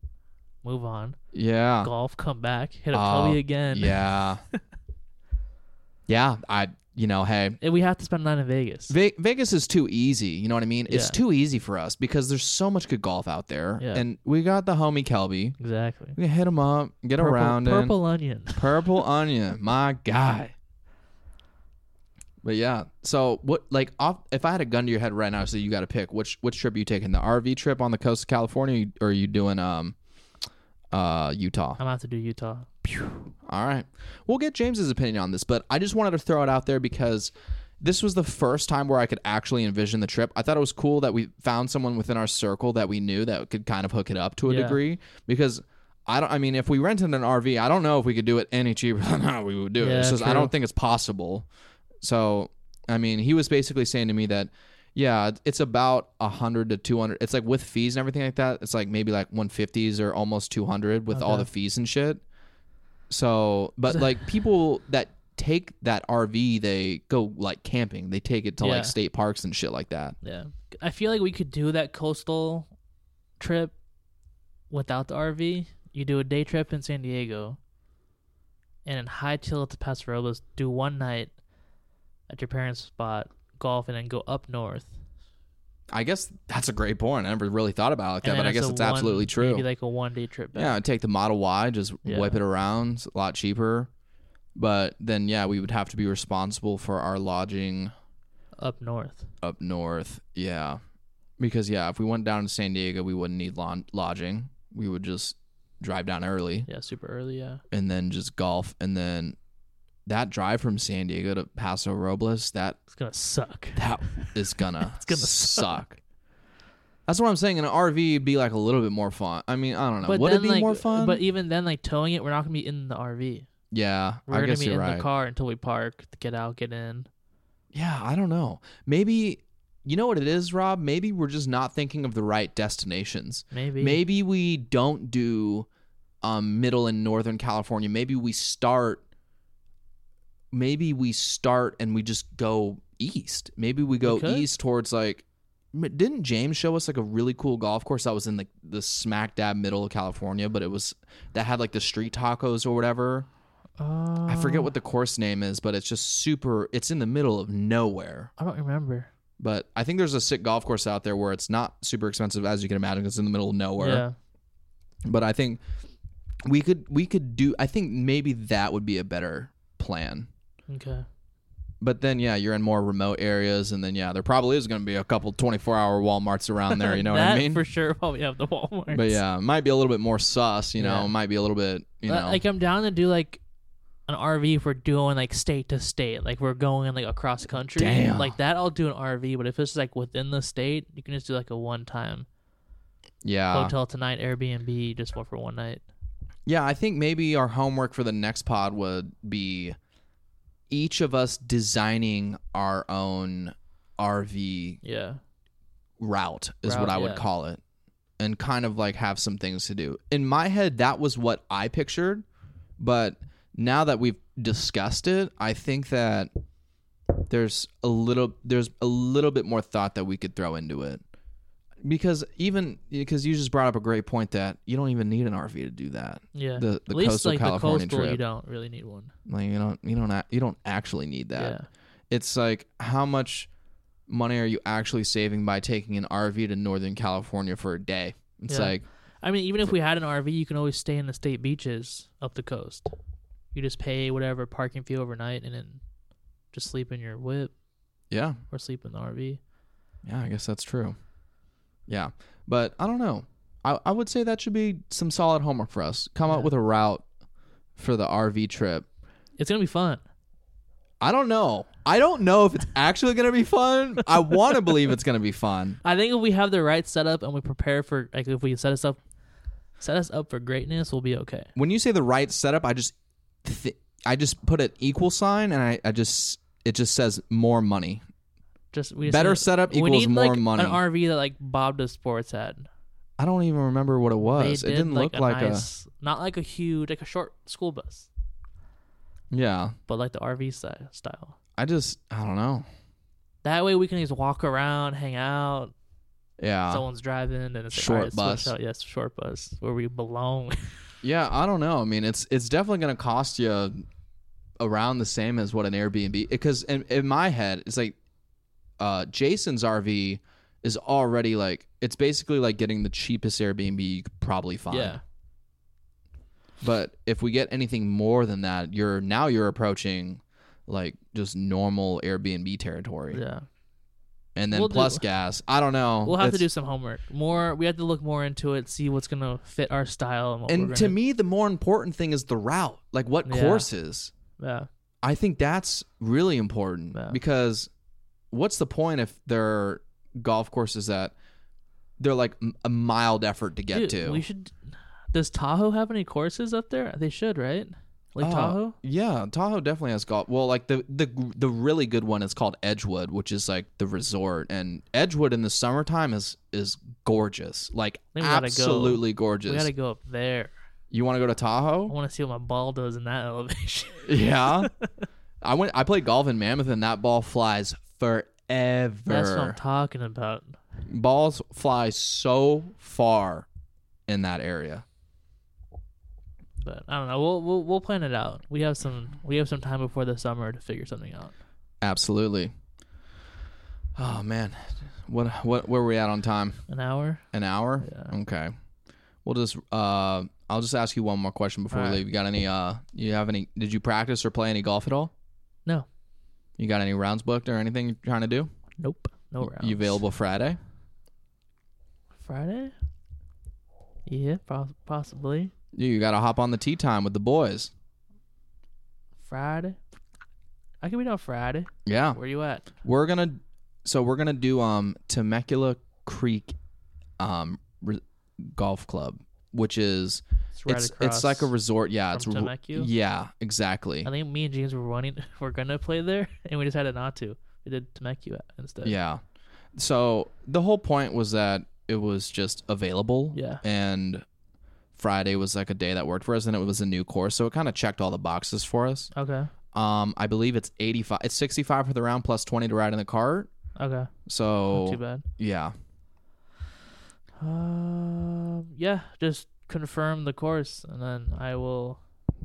Speaker 3: move on.
Speaker 2: yeah.
Speaker 3: Golf, come back, hit up
Speaker 2: Oh,
Speaker 3: Kelby again.
Speaker 2: Yeah. yeah. I, you know, hey,
Speaker 3: And Eh, we have to spend a night in Vegas.
Speaker 2: Ve- Vegas is too easy. You know what I mean? It's
Speaker 3: Yeah.
Speaker 2: too easy for us because there's so much good golf out there.
Speaker 3: Yeah.
Speaker 2: And we got the homie Kelby.
Speaker 3: exactly.
Speaker 2: We can hit him up, get
Speaker 3: Purple,
Speaker 2: around him.
Speaker 3: purple onion.
Speaker 2: Purple onion, my guy. But yeah, so what? Like, off, if I had a gun to your head right now, so you got to pick which which trip are you taking? The RV trip on the coast of California, or are you doing um, uh, Utah?
Speaker 3: I'm out to do Utah.
Speaker 2: All right. We'll get James's opinion on this, but I just wanted to throw it out there because this was the first time where I could actually envision the trip. I thought it was cool that we found someone within our circle that we knew that could kind of hook it up to a
Speaker 3: Yeah.
Speaker 2: degree because I don't I mean if we rented an RV, I don't know if we could do it any cheaper than how we would do it.
Speaker 3: Yeah,
Speaker 2: It's just I
Speaker 3: true.
Speaker 2: don't think it's possible. So, I mean, he was basically saying to me that yeah, it's about 100 to 200. It's like with fees and everything like that. It's like maybe like 150s or almost 200 with all
Speaker 3: Okay.
Speaker 2: the fees and shit. So, but like people that take that RV, they go like camping. They take it to
Speaker 3: Yeah.
Speaker 2: like state parks and shit like that.
Speaker 3: Yeah. I feel like we could do that coastal trip without the RV. You do a day trip in San Diego and then high chill to Paso Robles, do one night at your parents' spot, golf, and then go up north.
Speaker 2: I guess that's a great point. I never really thought about it like that,
Speaker 3: and
Speaker 2: but
Speaker 3: then
Speaker 2: I guess
Speaker 3: a
Speaker 2: it's
Speaker 3: one-
Speaker 2: absolutely true.
Speaker 3: Maybe like a one day trip. Back.
Speaker 2: yeah, I'd take the Model Y, just
Speaker 3: Yeah.
Speaker 2: whip it around. It's a lot cheaper. But then, yeah, we would have to be responsible for our lodging
Speaker 3: Up north.
Speaker 2: up north. Yeah. Because, yeah, if we went down to San Diego, we wouldn't need lon- lodging. We would just drive down early.
Speaker 3: Yeah, super early. Yeah.
Speaker 2: and then just golf and then that drive from San Diego to Paso Robles that
Speaker 3: It's going to suck.
Speaker 2: that is gonna
Speaker 3: It's gonna
Speaker 2: suck. That's what I'm saying. An RV would be like a little bit more fun. I mean, I don't know.
Speaker 3: But
Speaker 2: would
Speaker 3: then,
Speaker 2: it be
Speaker 3: like,
Speaker 2: more fun?
Speaker 3: But even then, like towing it, we're not going to be in the RV.
Speaker 2: yeah,
Speaker 3: We're
Speaker 2: I
Speaker 3: going
Speaker 2: guess
Speaker 3: to be
Speaker 2: you're
Speaker 3: in
Speaker 2: right.
Speaker 3: the car until we park, get out, get in.
Speaker 2: Yeah, I don't know. Maybe you know what it is, Rob. Maybe we're just not thinking of the right destinations.
Speaker 3: Maybe.
Speaker 2: Maybe we don't do um, middle and northern California. Maybe we start. Maybe we start and we just go east. Maybe we go
Speaker 3: could.
Speaker 2: east towards like. m- Didn't James show us like a really cool golf course that was in like the smack dab middle of California, but it was that had like the street tacos or whatever.
Speaker 3: Uh,
Speaker 2: I forget what the course name is, but it's just super. It's in the middle of nowhere.
Speaker 3: I don't remember.
Speaker 2: But I think there's a sick golf course out there where it's not super expensive, as you can imagine. 'cause It's in the middle of nowhere
Speaker 3: Yeah.
Speaker 2: but I think we could we could do I think maybe that would be a better plan.
Speaker 3: Okay.
Speaker 2: But then yeah, you're in more remote areas and then yeah, there probably is going to be a couple 24-hour Walmarts around there, you know what
Speaker 3: that
Speaker 2: I mean?
Speaker 3: For sure, probably have the Walmart.
Speaker 2: But yeah, it might be a little bit more sus, you know,
Speaker 3: Yeah.
Speaker 2: it might be a little bit, you know.
Speaker 3: like I'm down to do like an RV if we're doing like state to state, like we're going like across country,
Speaker 2: Damn.
Speaker 3: like that. I'll do an RV, but if it's like within the state, you can just do like a one time
Speaker 2: yeah.
Speaker 3: hotel tonight, Airbnb, just one for one night.
Speaker 2: Yeah, I think maybe our homework for the next pod would be each of us designing our own RV
Speaker 3: Yeah,
Speaker 2: route is
Speaker 3: Route,
Speaker 2: what I would
Speaker 3: yeah.
Speaker 2: call it, and kind of like have some things to do. In my head, that was what I pictured, but now that we've discussed it, I think that there's a little there's a little bit more thought that we could throw into it. Because even because you just brought up a great point that you don't even need an RV to do that.
Speaker 3: yeah.
Speaker 2: The- the
Speaker 3: At least
Speaker 2: coastal
Speaker 3: like
Speaker 2: California
Speaker 3: the coastal, you
Speaker 2: trip.
Speaker 3: don't really need one.
Speaker 2: Like you don't you don't ac- you don't actually need that
Speaker 3: Yeah,
Speaker 2: it's like how much money are you actually saving by taking an RV to Northern California for a day? It's
Speaker 3: Yeah.
Speaker 2: like
Speaker 3: I mean, even if we had an RV, you can always stay in the state beaches up the coast. You just pay whatever parking fee overnight, and then just sleep in your whip
Speaker 2: yeah,
Speaker 3: or sleep in the RV.
Speaker 2: yeah, I guess that's true. Yeah. But I don't know. I, I would say that should be some solid homework for us. Come up
Speaker 3: Yeah.
Speaker 2: with a route for the RV trip.
Speaker 3: It's gonna be fun.
Speaker 2: I don't know. I don't know if it's actually going to be fun. I want to believe it's going to be fun.
Speaker 3: I think if we have the right setup and we prepare for like if we set us up set us up for greatness, we'll be okay.
Speaker 2: When you say the right setup, I just th- I just put an equal sign and I, I just it just says more money.
Speaker 3: Just we just
Speaker 2: Better
Speaker 3: need-
Speaker 2: setup
Speaker 3: we
Speaker 2: equals
Speaker 3: need,
Speaker 2: more
Speaker 3: like,
Speaker 2: money.
Speaker 3: An RV that like Bob does sports had.
Speaker 2: I don't even remember what it
Speaker 3: They
Speaker 2: was.
Speaker 3: did,
Speaker 2: It didn't look like a,
Speaker 3: nice, not like a huge like a short school bus,
Speaker 2: yeah.
Speaker 3: but like the RV si- style.
Speaker 2: I just I don't know.
Speaker 3: That way we can just walk around, hang out,
Speaker 2: Yeah.
Speaker 3: someone's driving and it's like,
Speaker 2: Uh-huh. Short
Speaker 3: "Alright, switch
Speaker 2: bus.
Speaker 3: out." Yes, short bus where we belong.
Speaker 2: Yeah, I don't know. I mean, it's it's definitely going to cost you around the same as what an Airbnb because in, in my head it's like uh Jason's RV is already like it's basically like getting the cheapest Airbnb you could probably find.
Speaker 3: yeah,
Speaker 2: But if we get anything more than that, you're now you're approaching like just normal Airbnb territory.
Speaker 3: yeah.
Speaker 2: And then
Speaker 3: We'll do-
Speaker 2: plus gas. I don't know.
Speaker 3: We'll have to
Speaker 2: It's-
Speaker 3: do some homework. More, we have to look more into it, see what's gonna fit our style and what we're
Speaker 2: And to
Speaker 3: gonna-
Speaker 2: me the more important thing is the route. Like what
Speaker 3: Yeah.
Speaker 2: courses?
Speaker 3: yeah,
Speaker 2: I think that's really important
Speaker 3: Yeah.
Speaker 2: because what's the point if there are golf courses that they're like m- a mild effort to get
Speaker 3: Dude,
Speaker 2: to?
Speaker 3: We should. Does Tahoe have any courses up there? They should, right? Lake
Speaker 2: Oh,
Speaker 3: Tahoe.
Speaker 2: Yeah, Tahoe definitely has golf. Well, like the the the really good one is called Edgewood, which is like the resort, and Edgewood in the summertime is is gorgeous, like
Speaker 3: Think we gotta go.
Speaker 2: absolutely gorgeous.
Speaker 3: We gotta Oh. go up there.
Speaker 2: You want to go to
Speaker 3: I
Speaker 2: Tahoe?
Speaker 3: want to see what my ball does in that elevation.
Speaker 2: Yeah, I went. I played golf in Mammoth, and that ball flies forever.
Speaker 3: That's what I'm talking about.
Speaker 2: balls fly so far in that area.
Speaker 3: But I don't know. We'll we'll, we'll plan it out. We have some we have some time before the summer to figure something out.
Speaker 2: Absolutely. Oh man, what what where are we at on time?
Speaker 3: An hour.
Speaker 2: An hour? Okay. We'll just uh I'll just ask you one more question before we
Speaker 3: Alright.
Speaker 2: leave. You got any uh you have any did you practice or play any golf at all?
Speaker 3: No.
Speaker 2: You got any rounds booked or anything you're trying to do?
Speaker 3: Nope. No rounds.
Speaker 2: You available Friday?
Speaker 3: Friday? Yeah, poss- possibly
Speaker 2: You, you got to hop on the tea time with the boys.
Speaker 3: Friday. I could be down Friday.
Speaker 2: Yeah.
Speaker 3: Where you at?
Speaker 2: We're gonna, so we're gonna do um Temecula Creek, um re- golf club, which is
Speaker 3: It's right
Speaker 2: it's
Speaker 3: across.
Speaker 2: it's like a resort. Yeah, it's
Speaker 3: from
Speaker 2: re-
Speaker 3: Temecula?
Speaker 2: Yeah, exactly.
Speaker 3: I think me and James were running. We're gonna play there, and we decided not to. We did Temecula instead.
Speaker 2: Yeah. So the whole point was that it was just available.
Speaker 3: Yeah.
Speaker 2: And Friday was like a day that worked for us, and it was a new course, so it kind of checked all the boxes for us.
Speaker 3: Okay.
Speaker 2: Um, I believe it's eighty five. It's sixty five for the round plus twenty to ride in the cart.
Speaker 3: Okay.
Speaker 2: So
Speaker 3: Not too bad.
Speaker 2: yeah,
Speaker 3: Um. Yeah. Just confirm the course, and then I will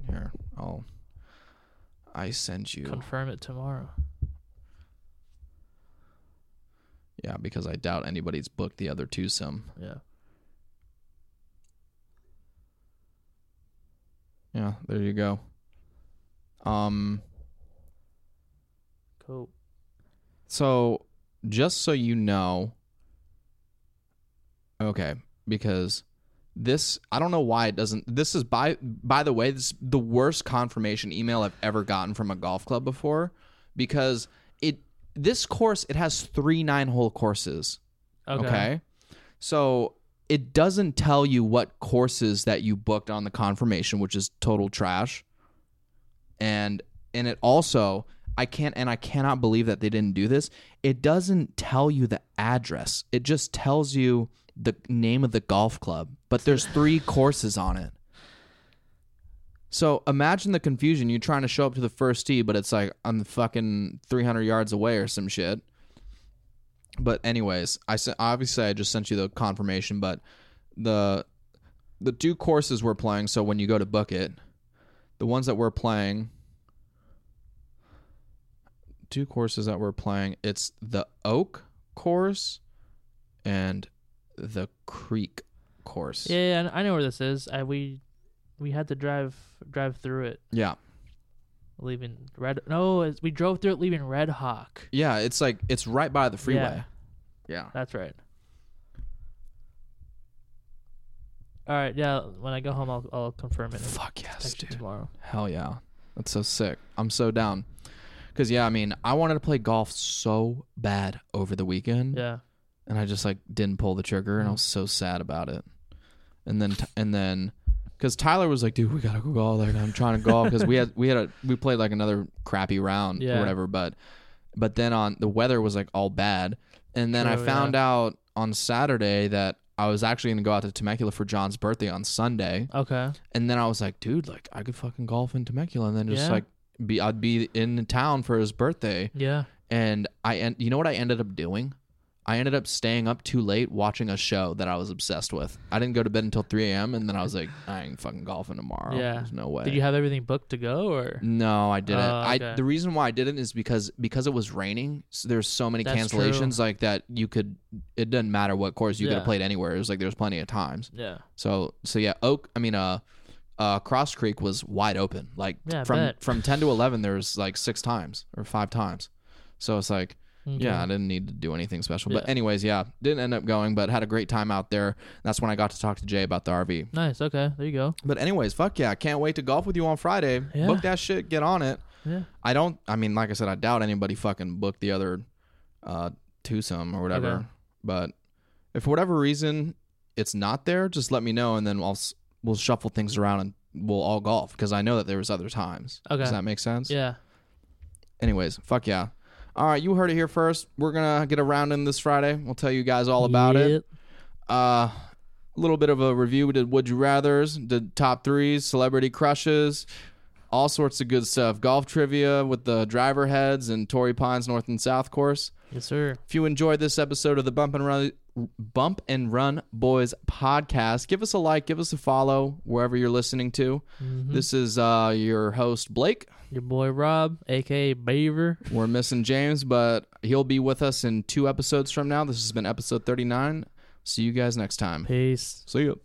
Speaker 2: here I'll I send you.
Speaker 3: confirm it tomorrow.
Speaker 2: Yeah, because I doubt anybody's booked the other twosome.
Speaker 3: Yeah.
Speaker 2: Yeah, there you go. Um,
Speaker 3: Cool.
Speaker 2: so just so you know, okay, because this I don't know why it doesn't. This is by by the way, this is the worst confirmation email I've ever gotten from a golf club before, because it this course it has three nine hole courses.
Speaker 3: Okay.
Speaker 2: Okay. So it doesn't tell you what courses that you booked on the confirmation, which is total trash. And and it also I can't and I cannot believe that they didn't do this. It doesn't tell you the address. It just tells you the name of the golf club, but there's three courses on it. So imagine the confusion. You're trying to show up to the first tee, but it's like on the fucking 300 yards away or some shit. But anyways, I sent, obviously I just sent you the confirmation, but the the two courses we're playing. So when you go to book it, the ones that we're playing, two courses that we're playing. It's the Oak course and the Creek course.
Speaker 3: Yeah, yeah, I kn- I know where this is. I we we had to drive drive through it,
Speaker 2: yeah.
Speaker 3: leaving Red. No, it's- we drove through it leaving Red Hawk.
Speaker 2: Yeah, it's like it's right by the freeway. Yeah.
Speaker 3: That's right. All right. Yeah. When I go home, I'll I'll confirm it. and
Speaker 2: Fuck yes,
Speaker 3: text you
Speaker 2: dude.
Speaker 3: Tomorrow.
Speaker 2: Hell yeah. That's so sick. I'm so down. Cause yeah, I mean, I wanted to play golf so bad over the weekend,
Speaker 3: Yeah.
Speaker 2: and I just like didn't pull the trigger, and I was so sad about it. And then and then, cause Tyler was like, "Dude, we gotta go golf. Like, I'm trying to golf." Cause we had we had a we played like another crappy round or
Speaker 3: Yeah.
Speaker 2: whatever. But but then on the weather was like all bad, and then I
Speaker 3: True,
Speaker 2: found out on Saturday that I was actually gonna go out to Temecula for John's birthday on Sunday.
Speaker 3: Okay.
Speaker 2: And then I was like, dude, like I could fucking golf in Temecula and then just
Speaker 3: Yeah.
Speaker 2: like be I'd be in town for his birthday.
Speaker 3: Yeah.
Speaker 2: And I and you know what I ended up doing? I ended up staying up too late watching a show that I was obsessed with. I didn't go to bed until 3 a.m. and then I was like, I ain't fucking golfing tomorrow.
Speaker 3: Yeah.
Speaker 2: Oh, There's no way.
Speaker 3: Did you have everything booked to go or?
Speaker 2: No, I didn't.
Speaker 3: Oh, okay.
Speaker 2: I the reason why I didn't is because because it was raining. So there's so many
Speaker 3: That's true.
Speaker 2: cancellations like that. You could it doesn't matter what course you could
Speaker 3: Yeah.
Speaker 2: have played anywhere. It was like there was plenty of times.
Speaker 3: Yeah.
Speaker 2: So so yeah, Oak. I mean, uh, uh, Cross Creek was wide open. Like
Speaker 3: Yeah, I
Speaker 2: from
Speaker 3: bet.
Speaker 2: from ten to eleven, there was like six times or five times. So it's like, yeah, I didn't need to do anything special. But
Speaker 3: Yeah.
Speaker 2: anyways, yeah, didn't end up going, but had a great time out there. That's when I got to talk to Jay about the RV.
Speaker 3: Nice. Okay. There you go.
Speaker 2: But anyways, fuck yeah, I can't wait to golf with you on Friday.
Speaker 3: Yeah.
Speaker 2: Book that shit, get on it.
Speaker 3: Yeah.
Speaker 2: I don't. I mean, like I said, I doubt anybody fucking booked the other uh, twosome or whatever.
Speaker 3: Okay.
Speaker 2: But if for whatever reason it's not there, just let me know, and then I'll s- we'll shuffle things around and we'll all golf because I know that there was other times.
Speaker 3: Okay.
Speaker 2: Does that make sense?
Speaker 3: Yeah.
Speaker 2: Anyways, fuck yeah. All right, you heard it here first. We're gonna get around in this Friday. We'll tell you guys all about it
Speaker 3: Yep.
Speaker 2: uh a little bit of a review we did would you rathers did top threes celebrity crushes all sorts of good stuff golf trivia with the driver heads and Torrey pines north and south course
Speaker 3: Yes, sir.
Speaker 2: if you enjoyed this episode of the bump and run bump and run boys podcast give us a like give us a follow wherever you're listening to this is uh your host blake
Speaker 3: Your boy Rob, aka Beaver.
Speaker 2: we're missing james but he'll be with us in two episodes from now this has been episode 39 see you guys next time
Speaker 3: Peace.
Speaker 2: see you